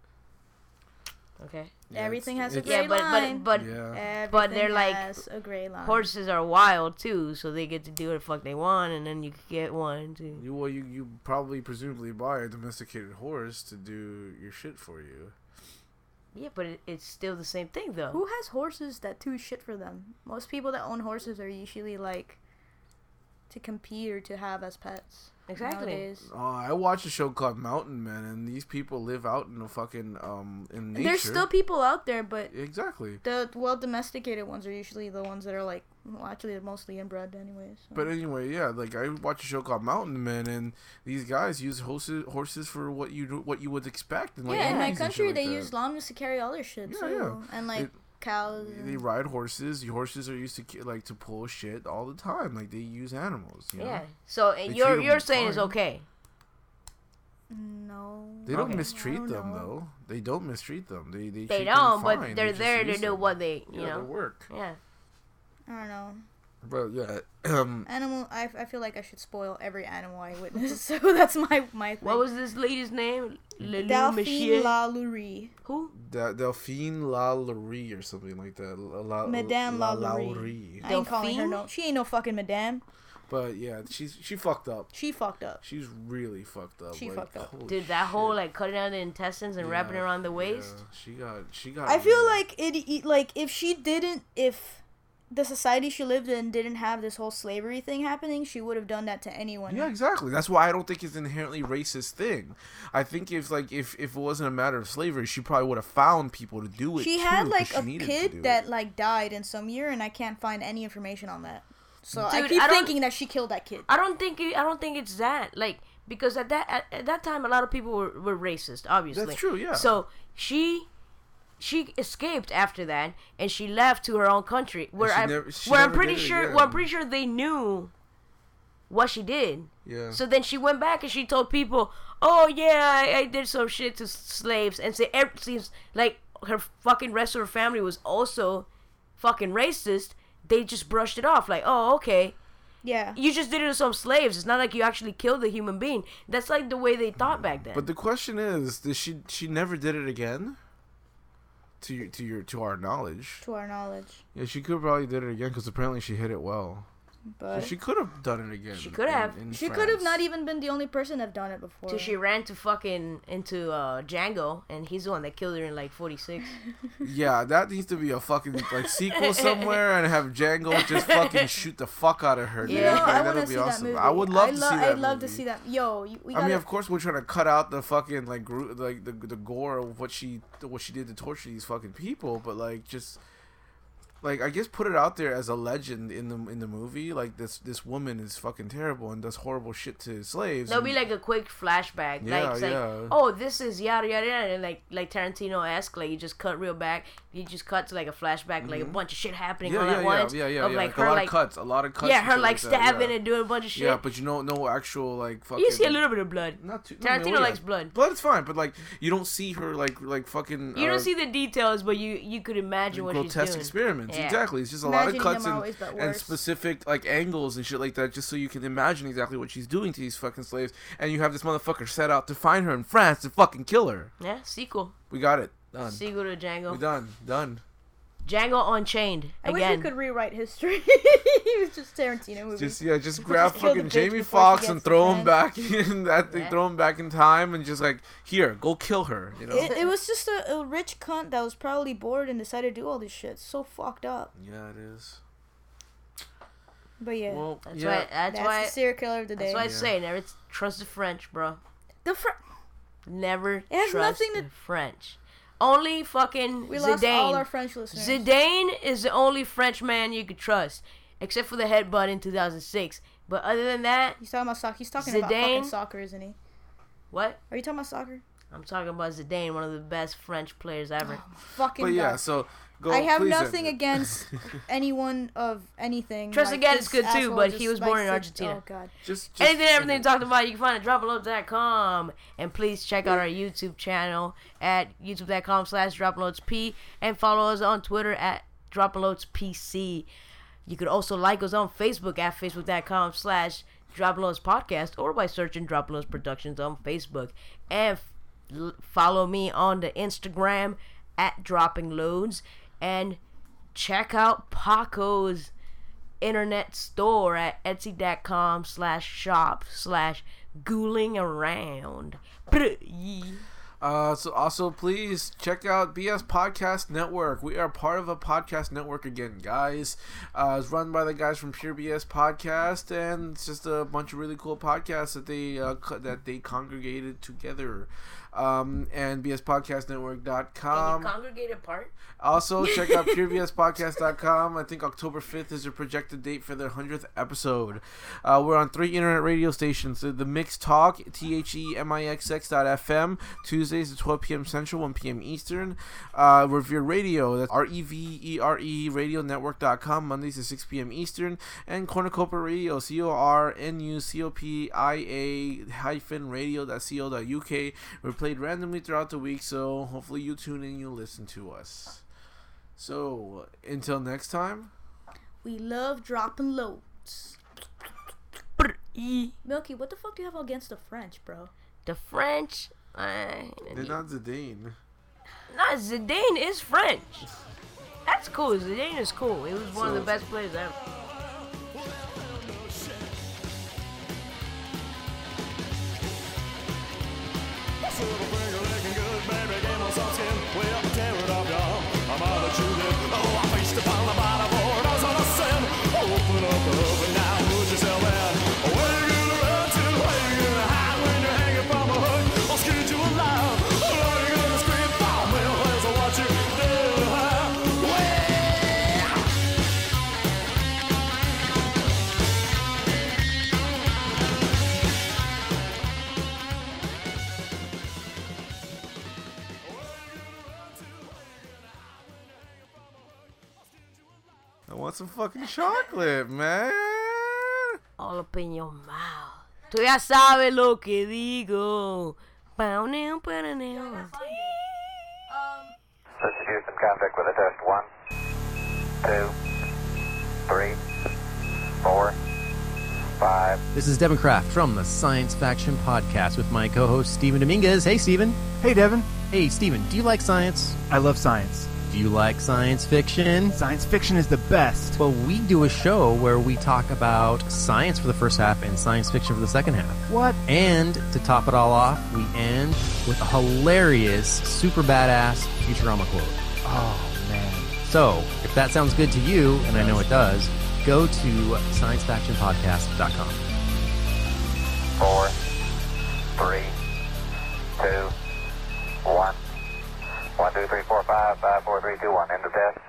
Okay. Yeah, Everything it's- has a it's- gray Yeah, but line. but but Yeah. Everything but they're, like, has a gray line. horses are wild too, so they get to do what the fuck they want, and then you could get one too. You well, you you probably presumably buy a domesticated horse to do your shit for you. Yeah, but it, it's still the same thing though. Who has horses that do shit for them? Most people that own horses are usually like to compete or to have as pets. Exactly. nowadays. Uh, I watch a show called Mountain Men, and these people live out in the fucking um in nature. There's still people out there, but exactly. the well domesticated ones are usually the ones that are like well, actually they're mostly inbred anyways. so. But anyway, yeah, like I watch a show called Mountain Men, and these guys use horses horses for what you do- what you would expect. And, like, yeah, in my movies and shit country like they that. use llamas to carry all their shit Yeah, too, yeah. and like It- cows. They And, ride horses. Your horses are used to ki- like to pull shit all the time. Like they use animals. You know? Yeah. So and treat you're 'em you're saying it's fine. okay. no. They don't Okay. mistreat I don't them know. though. They don't mistreat them. They they, They treat them don't, but fine. they're just there to use do them. what they- you yeah, know. their work. Yeah. I don't know. But yeah, [CLEARS THROAT] um, Animal. I, I feel like I should spoil every animal [LAUGHS] I witness, [LAUGHS] so that's my my. Thing. What was this lady's name? Lelou Delphine Michier? La Lourie. Who? Da- Delphine Lalaurie or something like that. La- La- Madame Oh, La- Lalaurie. Laurie. I ain't calling her Delphine? no. She ain't no fucking madame. But yeah, she's she fucked up. She fucked up. She's really fucked up. She like, fucked up. holy Dude, that whole shit. like cutting out the intestines and wrapping Yeah, around the waist. yeah, she got she got. I feel really- like it. e- Like if she didn't, if the society she lived in didn't have this whole slavery thing happening, she would have done that to anyone. Yeah, exactly. That's why I don't think it's an inherently racist thing. I think if like if, if it wasn't a matter of slavery, she probably would have found people to do it. she too, had 'cause like she a needed to do kid it. that like died in some year, and I can't find any information on that. So I Dude, keep I don't- thinking that she killed that kid. I don't think it, I don't think it's that like because at that at, at that time a lot of people were, were racist obviously. That's true, yeah. So she she escaped after that and she left to her own country where she I never- she where I'm never pretty did it sure where I'm again. pretty sure they knew what she did. Yeah. So then she went back and she told people, "Oh yeah, I, I did some shit to s- slaves," and say ev- seems like her fucking rest of her family was also fucking racist. They just brushed it off like, "Oh okay." Yeah. you just did it to some slaves. It's not like you actually killed a human being. That's like the way they thought back then. But the question is, did she she never did it again? To your, to your to our knowledge, To our knowledge, yeah, she could probably did it again because apparently she hit it well. but She she, could have done it again. She could have. could have France. not even been the only person that've done it before. so she ran to fucking into uh, Django, and he's the one that killed her in like '46. Yeah, that needs to be a fucking like sequel somewhere, and have Django just fucking shoot the fuck out of her. dude. You Yeah. know, Like, I that'd want to be see awesome. that movie. I would love I to lo- see that. I'd love to movie. see that. Yo, you, we I gotta. mean, of course, we're trying to cut out the fucking like gru- like the the gore of what she what she did to torture these fucking people, but like just like I guess put it out there as a legend in the in the movie. Like this this woman is fucking terrible and does horrible shit to his slaves. There'll and- be like a quick flashback, Yeah, like, it's like yeah. oh, this is yada yada yada, and like like Tarantino esque, like you just cut real back, you just cut to like a flashback, like a bunch of shit happening all Mm-hmm. yeah, yeah, at yeah, once, yeah, yeah, of yeah. like Like, a her lot like of cuts, a lot of cuts. yeah, and her shit like that, yeah. stabbing and doing a bunch of shit. Yeah, but you know, no actual like fucking. you see a little bit of blood. Not too. I mean, Tarantino well, yeah. likes blood. Blood's fine, but like you don't see her like like fucking. You uh, don't see the details, but you you could imagine what she's grotesque doing. experiments. Yeah. Exactly. It's just a Imagining lot of cuts them and, always, but and worse. specific like angles and shit like that, just so you can imagine exactly what she's doing to these fucking slaves. And you have this motherfucker set out to find her in France to fucking kill her. Yeah, sequel, We got it. Done. sequel to Django, We done. Done. Django Unchained I wish again. you could rewrite history. [LAUGHS] it was just Tarantino movies. Just yeah, just grab kill the fucking bitch Jamie before she Foxx gets and to throw him France. back [LAUGHS] in that thing, Yeah. throw him back in time, and just like here, go kill her. You know. it, it was just a, a rich cunt that was probably bored and decided to do all this shit. So fucked up. yeah, it is. But yeah, Well, That's yeah. why. That's, that's, why. the serial killer of the day. That's why I Yeah. say never t- trust the French, bro. the fr- Never It has trust nothing to- the French. Only fucking we lost all our Zidane. French listeners. Zidane is the only French man you could trust, except for the headbutt in 2006. But other than that, He's talking about soccer. He's talking about Zidane. fucking soccer, isn't he? what? Are you talking about soccer? I'm talking about Zidane, one of the best French players Oh, ever. Fucking. but yeah, God. so go. I have please end nothing it. [LAUGHS] against anyone of anything. Trust like, again, this it's good too, asshole but he just, was like, born in said- Argentina. Oh god. Just, just Anything, end everything it. talked about, you can find it at droploads.com. And please check out our YouTube channel at youtube.com slash droploadspl and follow us on Twitter at droploadspc. You could also like us on Facebook at facebook.com slash droploadspodcast or by searching droploads productions on Facebook. And f- l- follow me on the Instagram at droppingloads and check out Paco's internet store at etsy.com slash shop slash ghouling around. Uh, so also please check out BS Podcast Network. We are part of a podcast network again, guys. Uh, it's run by the guys from Pure BS Podcast, and it's just a bunch of really cool podcasts that they uh, co- that they congregated together. Um, and bspodcastnetwork.com. congregate apart? Also, check out purebspodcast.com. I think October 5th is their projected date for their 100th episode. Uh, we're on three internet radio stations the, the Mix Talk, T H E M I X X dot FM, Tuesdays at 12 p.m. Central, 1 p.m. Eastern. Uh, Revere Radio, that's R E V E R E Radio Network.com, Mondays at 6 p.m. Eastern. And Cornucopia Radio, C O R N U C O P I A hyphen radio.co.uk. We're played randomly throughout the week, so hopefully you tune in, you listen to us. So until next time, We love dropping loads. Milky, what the fuck do you have against the French, bro? The French. Uh, they're not Zidane. nah, Zidane is French. That's cool. Zidane is cool. He was one of the So- best players ever. Silver finger looking good, baby, game on soft skin. Well, tear it up, y'all. I'm out of Juliet. Oh, I faced upon the bottom floor and I was on a sin. Open up, open now, put yourself in. Where you gonna run to? Where you gonna hide when you're hanging from a hook? I'll scoot you alive. Oh, are you gonna scream? Oh, well, there's a what you do, huh? Well, I want some fucking chocolate, man. All up in your mouth. Tú ya sabes lo que digo. Pow, now, pow, now, now. Substitute some contact with a test. One, two, three, four, five. This is Devin Kraft from the Science Faction Podcast with my co host, Steven Dominguez. Hey, Steven. Hey, Devin. Hey, Steven, do you like science? I love science. Do you like science fiction? Science fiction is the best. Well, we do a show where we talk about science for the first half and science fiction for the second half. What? And to top it all off, we end with a hilarious, super badass Futurama quote. Oh, man. So, if that sounds good to you, and I know it does, go to sciencefactionpodcast.com. four, three, two, one. One, two, three, four, five, five, four, three, two, one. End of test.